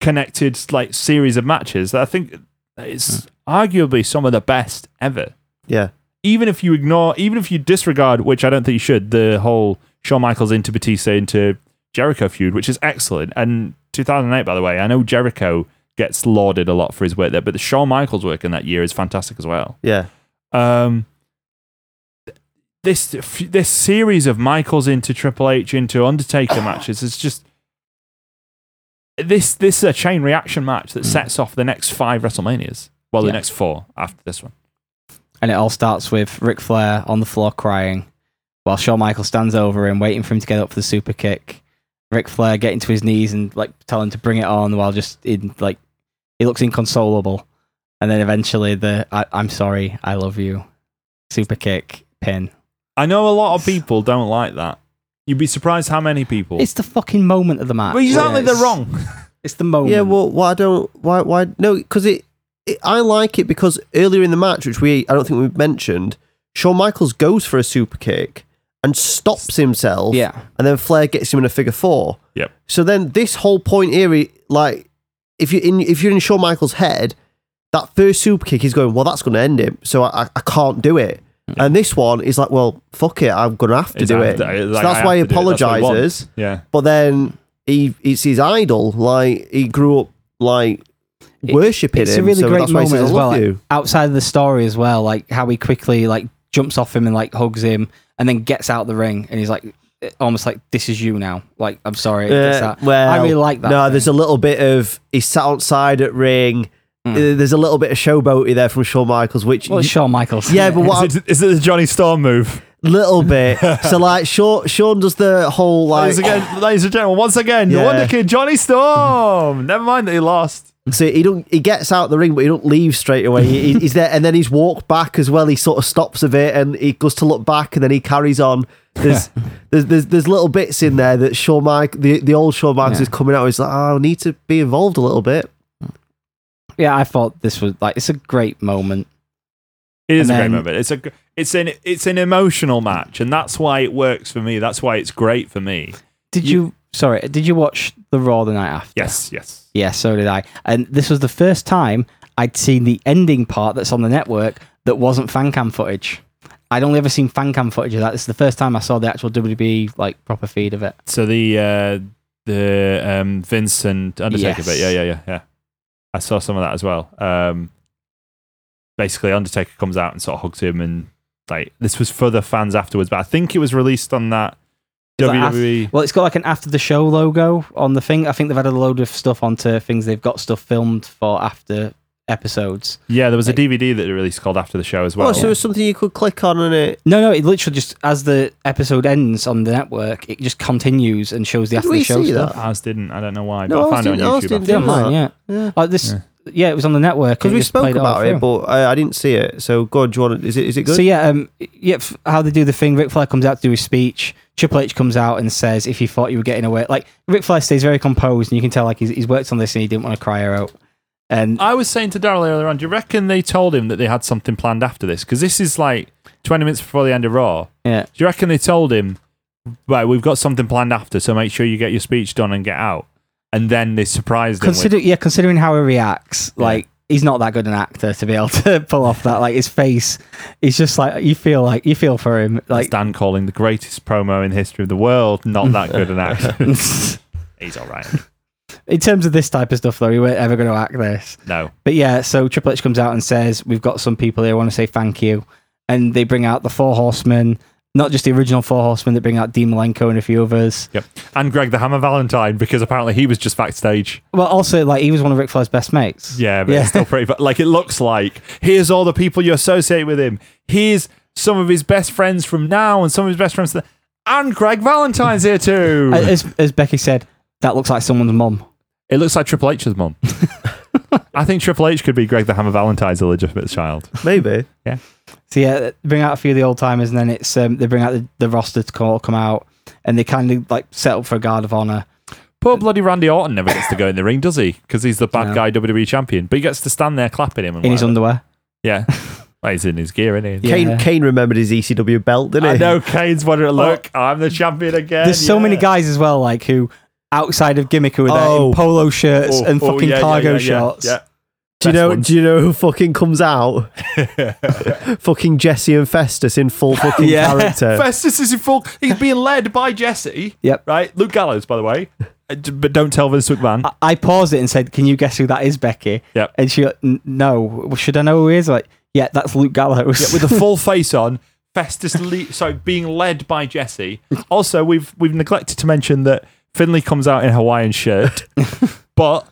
connected like series of matches, I think it's arguably some of the best ever.
yeah.
Even if you ignore, even if you disregard, which I don't think you should, the whole Shawn Michaels into Batista into Jericho feud, which is excellent. And 2008, by the way, I know Jericho gets lauded a lot for his work there, but the Shawn Michaels work in that year is fantastic as well.
Yeah.
Um, th- this f- this series of Michaels into Triple H into Undertaker matches is just this this is a chain reaction match that sets off the next five WrestleManias. Well, the
Yeah.
next four after this one.
and it all starts with Ric Flair on the floor crying, while Shawn Michaels stands over him, waiting for him to get up for the super kick. Ric Flair getting to his knees and like telling him to bring it on, while just in like he looks inconsolable. And then eventually the I, I'm sorry, I love you, super kick pin.
I know a lot of people don't like that. You'd be surprised how many people.
It's the fucking moment of the match.
Well, exactly,
Yeah,
they're
it's-
wrong.
It's the moment.
Yeah, well, why don't why why no? Because it, it, I like it because earlier in the match, which we I don't think we mentioned, Shawn Michaels goes for a super kick and stops himself.
Yeah.
and then Flair gets him in a figure four.
Yep.
So then this whole point here, he- like if you in if you're in Shawn Michaels' head, that first super kick is going well. That's going to end him. So I, I- I can't do it. And this one is like, well, fuck it, I'm going to have to do it.
Exactly,
so
like, I
that's why he
have to do it. That's what want.
apologizes
Yeah.
but then he it's his idol. Like he grew up like worshiping
it's
him.
a really
so
great
that's why he
moment as
says, "I
well.
love
like,
you."
outside of the story as well, like how he quickly like jumps off him and like hugs him, and then gets out the ring, and he's like, almost like this is you now. Like I'm sorry, it's
Uh,
that.
well,
I really like that.
No,
thing.
there's a little bit of he sat outside at ring. Uh, There's a little bit of showboaty there from Shawn Michaels, which
Mm. well, it's Shawn Michaels.
yeah, but what
Is it, is it the Johnny Storm move?
a little bit. so like Shawn, Shawn does the whole like
Ladies, again, ladies and gentlemen, once again, the
Yeah.
Wonder Kid, Johnny Storm. [laughs] Never mind that he lost.
So he don't he gets out the ring, but he don't leave straight away. He, he's there, and then he's walked back as well. He sort of stops a bit, and he goes to look back, and then he carries on. There's [laughs] there's, there's there's little bits in there that Shawn Mike the, the old Shawn Michaels
Yeah.
is coming out. He's like, oh, I need to be involved a little bit.
yeah. I thought this was like it's a great moment.
It is
And
a
then-
great moment. It's a gr- it's an it's an emotional match, and that's why it works for me. That's why it's great for me.
Did
You-
you, sorry? Did you watch the Raw the night after?
Yes, yes.
Yeah, so did I. And this was the first time I'd seen the ending part that's on the network that wasn't fan cam footage. I'd only ever seen fan cam footage of that. This is the first time I saw the actual WB like proper feed of it.
So the uh, the um, Vince and Undertaker
Yes.
bit, yeah, yeah, yeah, yeah. I saw some of that as well. Um, basically, Undertaker comes out and sort of hugs him, and like this was for the fans afterwards. But I think it was released on that E
It's like
WWE.
Well, it's got like an after the show logo on the thing. I think they've added a load of stuff onto things they've got stuff filmed for after episodes.
yeah, there was a DVD that they released called After the Show as well.
oh, so it's something you could click on, and it.
No, no, it literally just as the episode ends on the network, it just continues and shows the after the
we
show
see
stuff.
that?
Ours didn't. I don't know why, but I
No, ours
found it
didn't-
on
ours
YouTube.
didn't
after.
do
Yeah, mine, yeah.
Yeah.
Like this, yeah. it was on the network
Because
and
we
just
spoke
played all
about it,
through.
but I, I didn't see it. So God, do you want? To, is it is it good?
So yeah, um, yeah, f- how they do the thing. Ric Flair comes out to do his speech. Triple H comes out and says, "If you thought you were getting away, like Ric Flair stays very composed, and you can tell like he's, he's worked on this and he didn't want to cry her out." And
I was saying to Daryl earlier on, do you reckon they told him that they had something planned after this? Because this is like 20 minutes before the end of Raw.
yeah,
Do you reckon they told him, right, we've got something planned after, so make sure you get your speech done and get out? And then they surprised him. with-
consider yeah, considering how he reacts, like he's not that good an actor to be able to [laughs] pull off that. Like his face, he's just like you feel like you feel for him.
That's
Like
Dan calling the greatest promo in the history of the world, not that good an
[laughs]
actor. He's all right.
in terms of this type of stuff, though, he weren't ever going to act this.
No.
But yeah, so Triple H comes out and says, We've got some people here, want to say thank you. And they bring out the Four Horsemen, not just the original Four Horsemen, they bring out Dean Malenko and a few others.
Yep. And Greg the Hammer Valentine, because apparently he was just backstage.
Well, also, like, he was one of Ric Flair's best mates.
Yeah, but it's still pretty. But like, it looks like here's all the people you associate with him. Here's some of his best friends from now, and some of his best friends. Th- and Greg Valentine's here too.
[laughs] As, as Becky said, that looks like someone's mum.
It looks like Triple H's
[laughs]
mum. I think Triple H could be Greg the Hammer Valentine's illegitimate child.
Maybe.
So yeah, they bring out a few of the old timers, and then it's um, they bring out the, the roster to call, come out, and they kind of like set up for a guard of honor.
Poor bloody Randy Orton never gets to go in the ring, does he? Because he's the bad
No.
guy WWE champion. But he gets to stand there clapping him. And
in his
whatever.
underwear. [laughs]
yeah. Well, he's in his gear, isn't he?
Yeah.
Kane Kane remembered his ECW belt, didn't he?
I know Kane's wondering, look, I'm the champion again.
Oh. There's so many
yeah.
guys as well, like who outside of gimmick who are there
Oh.
in polo shirts
Oh,
and
oh,
fucking
yeah, yeah,
cargo
yeah, yeah,
shorts.
yeah.
Do you
Best
know?
one.
Do you know who fucking comes out? fucking Jesse and Festus in full fucking
[laughs]
Yeah.
character.
Festus is in full. He's being led by Jesse.
Yep.
Right? Luke Gallows, by the way.
[laughs]
Uh, d- But don't tell Vince McMahon.
I- I paused it and said, "Can you guess who that is, Becky?"
Yep.
And she, "N- no, Well, should I know who he is? Like, yeah, that's Luke Gallows.
Yeah, with
[laughs]
a full face on. Festus, le- sorry, being led by Jesse. Also, we've we've neglected to mention that Finley comes out in a Hawaiian shirt, but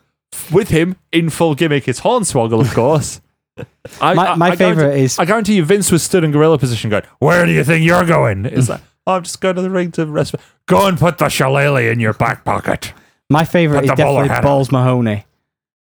with him in full gimmick is Hornswoggle, of course. I,
My-
guarantee-
my favourite is-
I guarantee you, Vince was stood in gorilla position, going, "Where do you think you're going?" It's like, "Oh, "I'm just going to the ring to rest." Go and put the shillelagh in your back pocket.
My favorite
Put
is
the bowler
definitely
hat on.
Balls Mahoney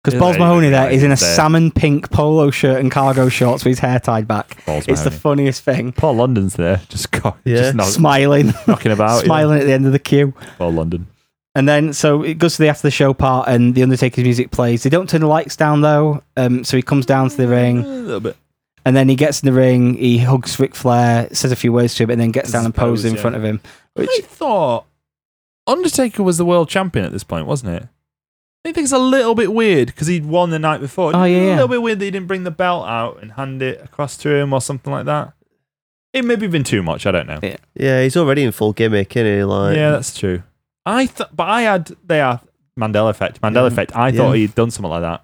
because
Yeah,
Balls
there you
Mahoney
go,
there is in a
there.
salmon pink polo shirt and cargo shorts with his hair tied back.
Balls
it's the
Mahoney.
funniest thing.
Paul London's there, just, go,
Yeah.
just knock-
Smiling,
knocking about, yeah.
[laughs] smiling at the end of the queue.
Paul London.
And then, so it goes to the after the show part, and the Undertaker's music plays. They don't turn the lights down though, um, so he comes down to the ring.
Mm, A little bit.
And then he gets in the ring, he hugs Ric Flair, says a few words to him, and then gets down and
Suppose,
poses in
yeah.
front of him. Which
I thought Undertaker was the world champion at this point, wasn't it? I think it's a little bit weird because he'd won the night before.
Oh, yeah,
a
yeah.
little bit weird that he didn't bring the belt out and hand it across to him or something like that. It maybe been too much. I don't know.
Yeah.
Yeah, he's already in full gimmick, isn't he? Like,
Yeah, that's true. I th- but I had they are Mandela effect. Mandela
Yeah.
effect. I
Yeah.
thought he'd done something like that.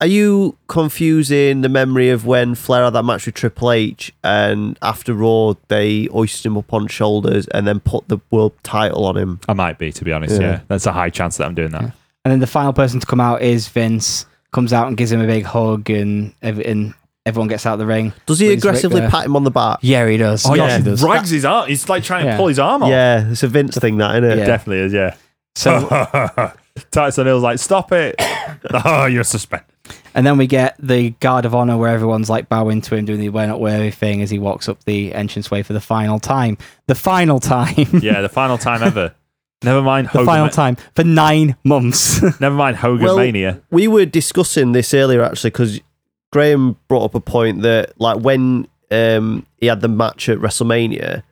Are you confusing the memory of when Flair had that match with Triple H and after Raw they hoisted him up on shoulders and then put the world title on him?
I might be, to be honest. Yeah.
Yeah.
That's a high chance that I'm doing that.
And then the final person to come out is Vince. Comes out and gives him a big hug, and, ev- and everyone gets out of the ring.
Does he
With his
aggressively
Ric Flair.
pat him on the back?
Yeah, he does.
Oh,
Of
yeah.
course he does.
Rags his arm. He's like trying
Yeah.
to pull his arm off.
Yeah, it's a Vince thing, that isn't it?
Yeah.
Definitely is, yeah. [laughs] Oh.
So,
Tyson Hill's like, stop it.
[coughs]
oh, you're suspended.
and then we get the guard of honor where everyone's like bowing to him, doing the "we're not worthy" thing as he walks up the entranceway for the final time. The final time. [laughs]
Yeah, the final time [laughs] ever. Never mind
the
Hogan.
final time for nine months. [laughs]
Never mind Hogan Mania.
We were discussing this earlier actually because Graham brought up a point that like when um, he had the match at WrestleMania,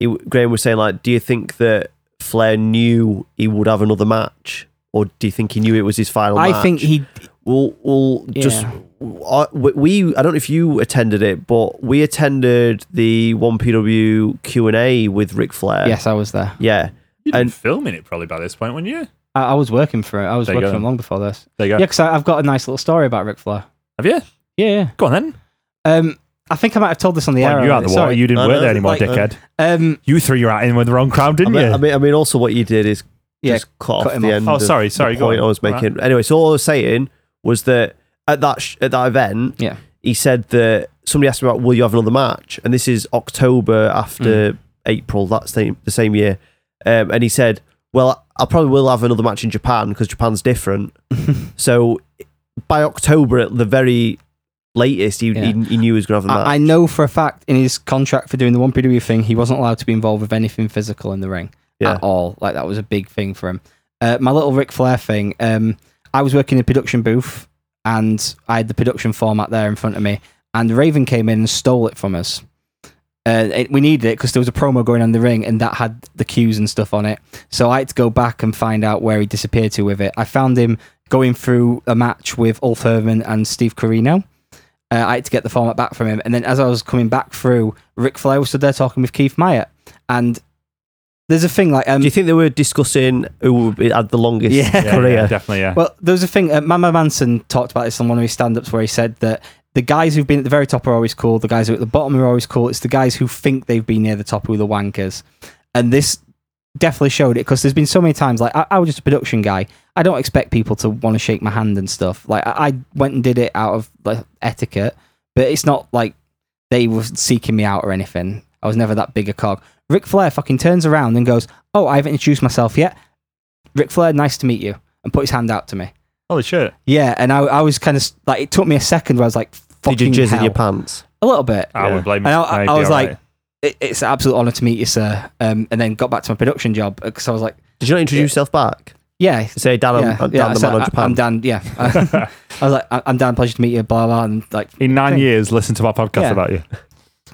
he, Graham was saying like, do you think that Flair knew he would have another match, or do you think he knew it was his final?
I
match?
think he.
we'll we'll just
Yeah.
uh, we- we I don't know if you attended it, but we attended the one PW Q and A with Ric Flair.
Yes, I was there.
Yeah.
You've been
And
filming it probably by this point, wouldn't you?
I, I was working for it. I was
There you
working
go.
for him long before this.
There you go.
Yeah, because I've got a nice little story about Ric Flair.
Have you?
Yeah, yeah.
Go on then.
Um, I think I might have told this on the
Well,
air.
you're out
already,
the water.
sorry.
You didn't
I
work
know,
there anymore,
like-
dickhead.
um,
you threw your out in with the wrong crowd,
I
didn't
mean,
you?
I mean, I mean, also what you did is
Yeah,
just cut,
cut
off
him
the
off.
end.
Oh,
of
sorry,
the
sorry, go
point
on.
I was making. Anyway, so all I was saying was that at that sh- at that event,
Yeah.
he said that somebody asked me about will you have another match, and this is October after
Mm.
April that same the same year, um, and he said, well, I probably will have another match in Japan because
[laughs]
Japan's different. so by October at the very latest, he, he,
Yeah.
he knew he was going to have a match.
I, I know for a fact in his contract for doing the one PW thing, he wasn't allowed to be involved with anything physical in the ring
Yeah.
at all. Like that was a big thing for him. Uh, my little Ric Flair thing. Um, I was working in the production booth, and I had the production format there in front of me, and Raven came in and stole it from us. Uh, it, we needed it because there was a promo going on in the ring, and that had the cues and stuff on it. So I had to go back and find out where he disappeared to with it. I found him going through a match with Ulf Herman and Steve Carino. Uh, I had to get the format back from him. And then as I was coming back through, Ric Flair was stood there talking with Keith Meyer. And there's a thing like, um,
Do you think they were discussing who would be- had the longest
Yeah.
Yeah,
career?
yeah, definitely, yeah.
well, there was a thing, uh, Mama Manson talked about this on one of his stand ups where he said that the guys who've been at the very top are always cool, the guys who are at the bottom are always cool. It's the guys who think they've been near the top who are the wankers. And this definitely showed it because there's been so many times like I, I was just a production guy i don't expect people to want to shake my hand and stuff like I, I went and did it out of like etiquette but it's not like they were seeking me out or anything i was never that big a cog Ric flair fucking turns around and goes oh i haven't introduced myself yet Ric flair nice to meet you and put his hand out to me
Holy shit.
yeah and i, I was kind of like it took me a second where i was like fucking
Did you jizz
hell.
in your pants?
a little bit
I would blame
and I,
I'd
I,
be
was
alright.
like "It- it's an absolute honor to meet you sir um, and then got back to my production job because i was like
Did you not introduce
Yeah.
yourself back?
yeah
Say, Dan, I'm,
yeah,
I'm
yeah,
Dan, the
so
man on
I-
Japan.
I'm Dan. Yeah, I [laughs] was like, "I- I'm Dan. Pleasure to meet you. Blah blah. And like,
in nine
thing.
years, listen to my podcast
Yeah.
about you.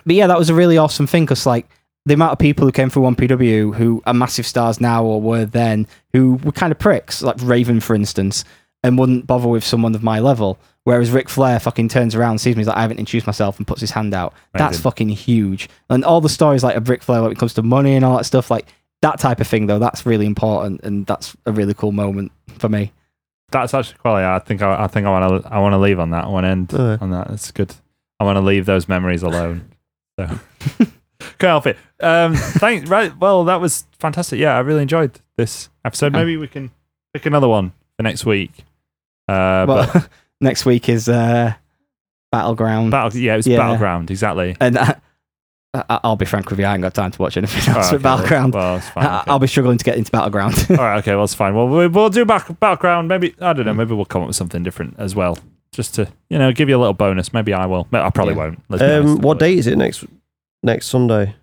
but yeah, that was a really awesome thing because like the amount of people who came through One PW who are massive stars now or were then who were kind of pricks, like Raven for instance, and wouldn't bother with someone of my level. Whereas Ric Flair fucking turns around, sees me, he's like, I haven't introduced myself, and puts his hand out. That's
Amazing.
fucking huge. And all the stories like a Ric Flair when it comes to money and all that stuff, like that type of thing though, that's really important, and that's a really cool moment for me.
That's actually quality. I think I, I think I want to I want to leave on that. I want to end
Alright.
on that. That's good. I want to leave those memories alone. So
[laughs]
can't help it. Um, thanks. Right. Well, that was fantastic. Yeah, I really enjoyed this episode.
Yeah.
Maybe we can pick another one for next week. Uh, but
well, [laughs] next week is uh, Battleground,
battle, yeah, it was
yeah.
battleground exactly.
and I, I, I'll be frank with you, I ain't got time to watch anything
Alright,
else with
Oh, okay, well-
Battleground.
Well, it's fine.
I,
okay.
[laughs] I'll be struggling to get into Battleground. [laughs]
All right, okay, well, it's fine. Well, we, we'll do back background. Maybe I
Hmm.
don't know. Maybe we'll come up with something different as well, just to you know give you a little bonus. Maybe I will. No, I probably
Yeah.
won't. let's be
Um,
honest.
what date is it next next Sunday?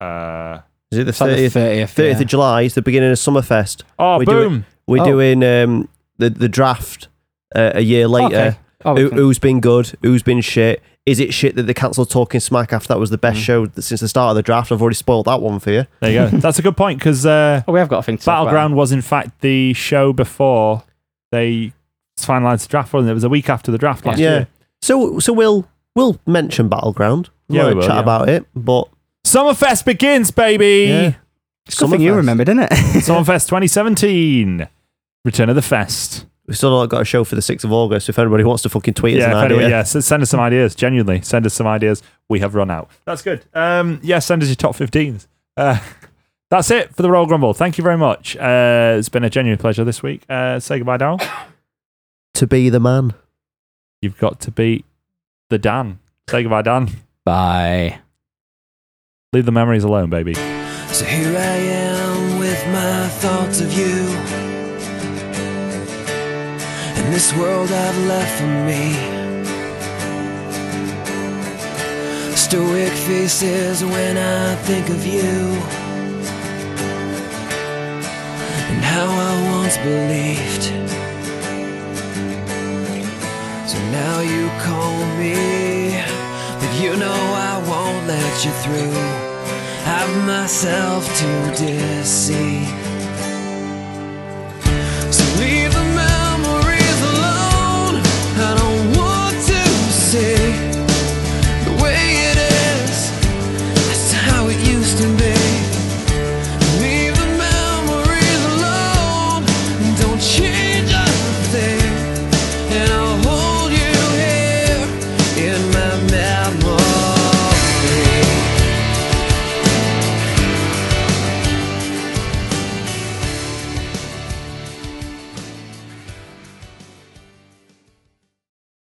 Uh,
Is it the
It's like the
thirtieth?
30th.
Thirtieth
yeah.
of July. It's the beginning of Summerfest.
oh,
We do it
boom!
We're
Oh.
doing um, the the draft uh, a year later.
Okay. Oh, we
Who,
can-
who's been good? Who's been shit? Is it shit that they cancelled Talking Smack after that was the best show that- since the start of the draft? I've already spoiled that one for you.
There you
[laughs]
go. That's a good point because uh,
oh, we have got a thing to talk about.
Battleground was in fact the show before they finalised the draft, and it It was a week after the draft last
Yeah.
year.
So so we'll we'll mention Battleground.
Yeah, we
won't
will,
chat
yeah.
about it. But
Summerfest begins, baby.
Yeah.
It's a good thing you
Summerfest.
remembered, isn't it?
Summerfest 2017. Return of the Fest.
We've still not got a show for the 6th of August. If anybody wants to fucking tweet us
yeah,
an
if anyone-
idea.
yeah. So send us
[laughs]
some ideas. Genuinely, send us some ideas. We have run out. That's good. Um, yeah, send us your top 15s. Uh, [laughs] that's it for the Royal Grumble. Thank you very much. Uh, it's been a genuine pleasure this week. Uh, say goodbye, Daryl.
To be the man.
You've got to beat the Dan. Say goodbye, Dan.
[laughs] Bye.
Leave the memories alone, baby.
So here I am with my thoughts of you and this world I've left for me. Stoic faces when I think of you and how I once believed. So now you call me, but you know I won't let you through. I've myself to deceive.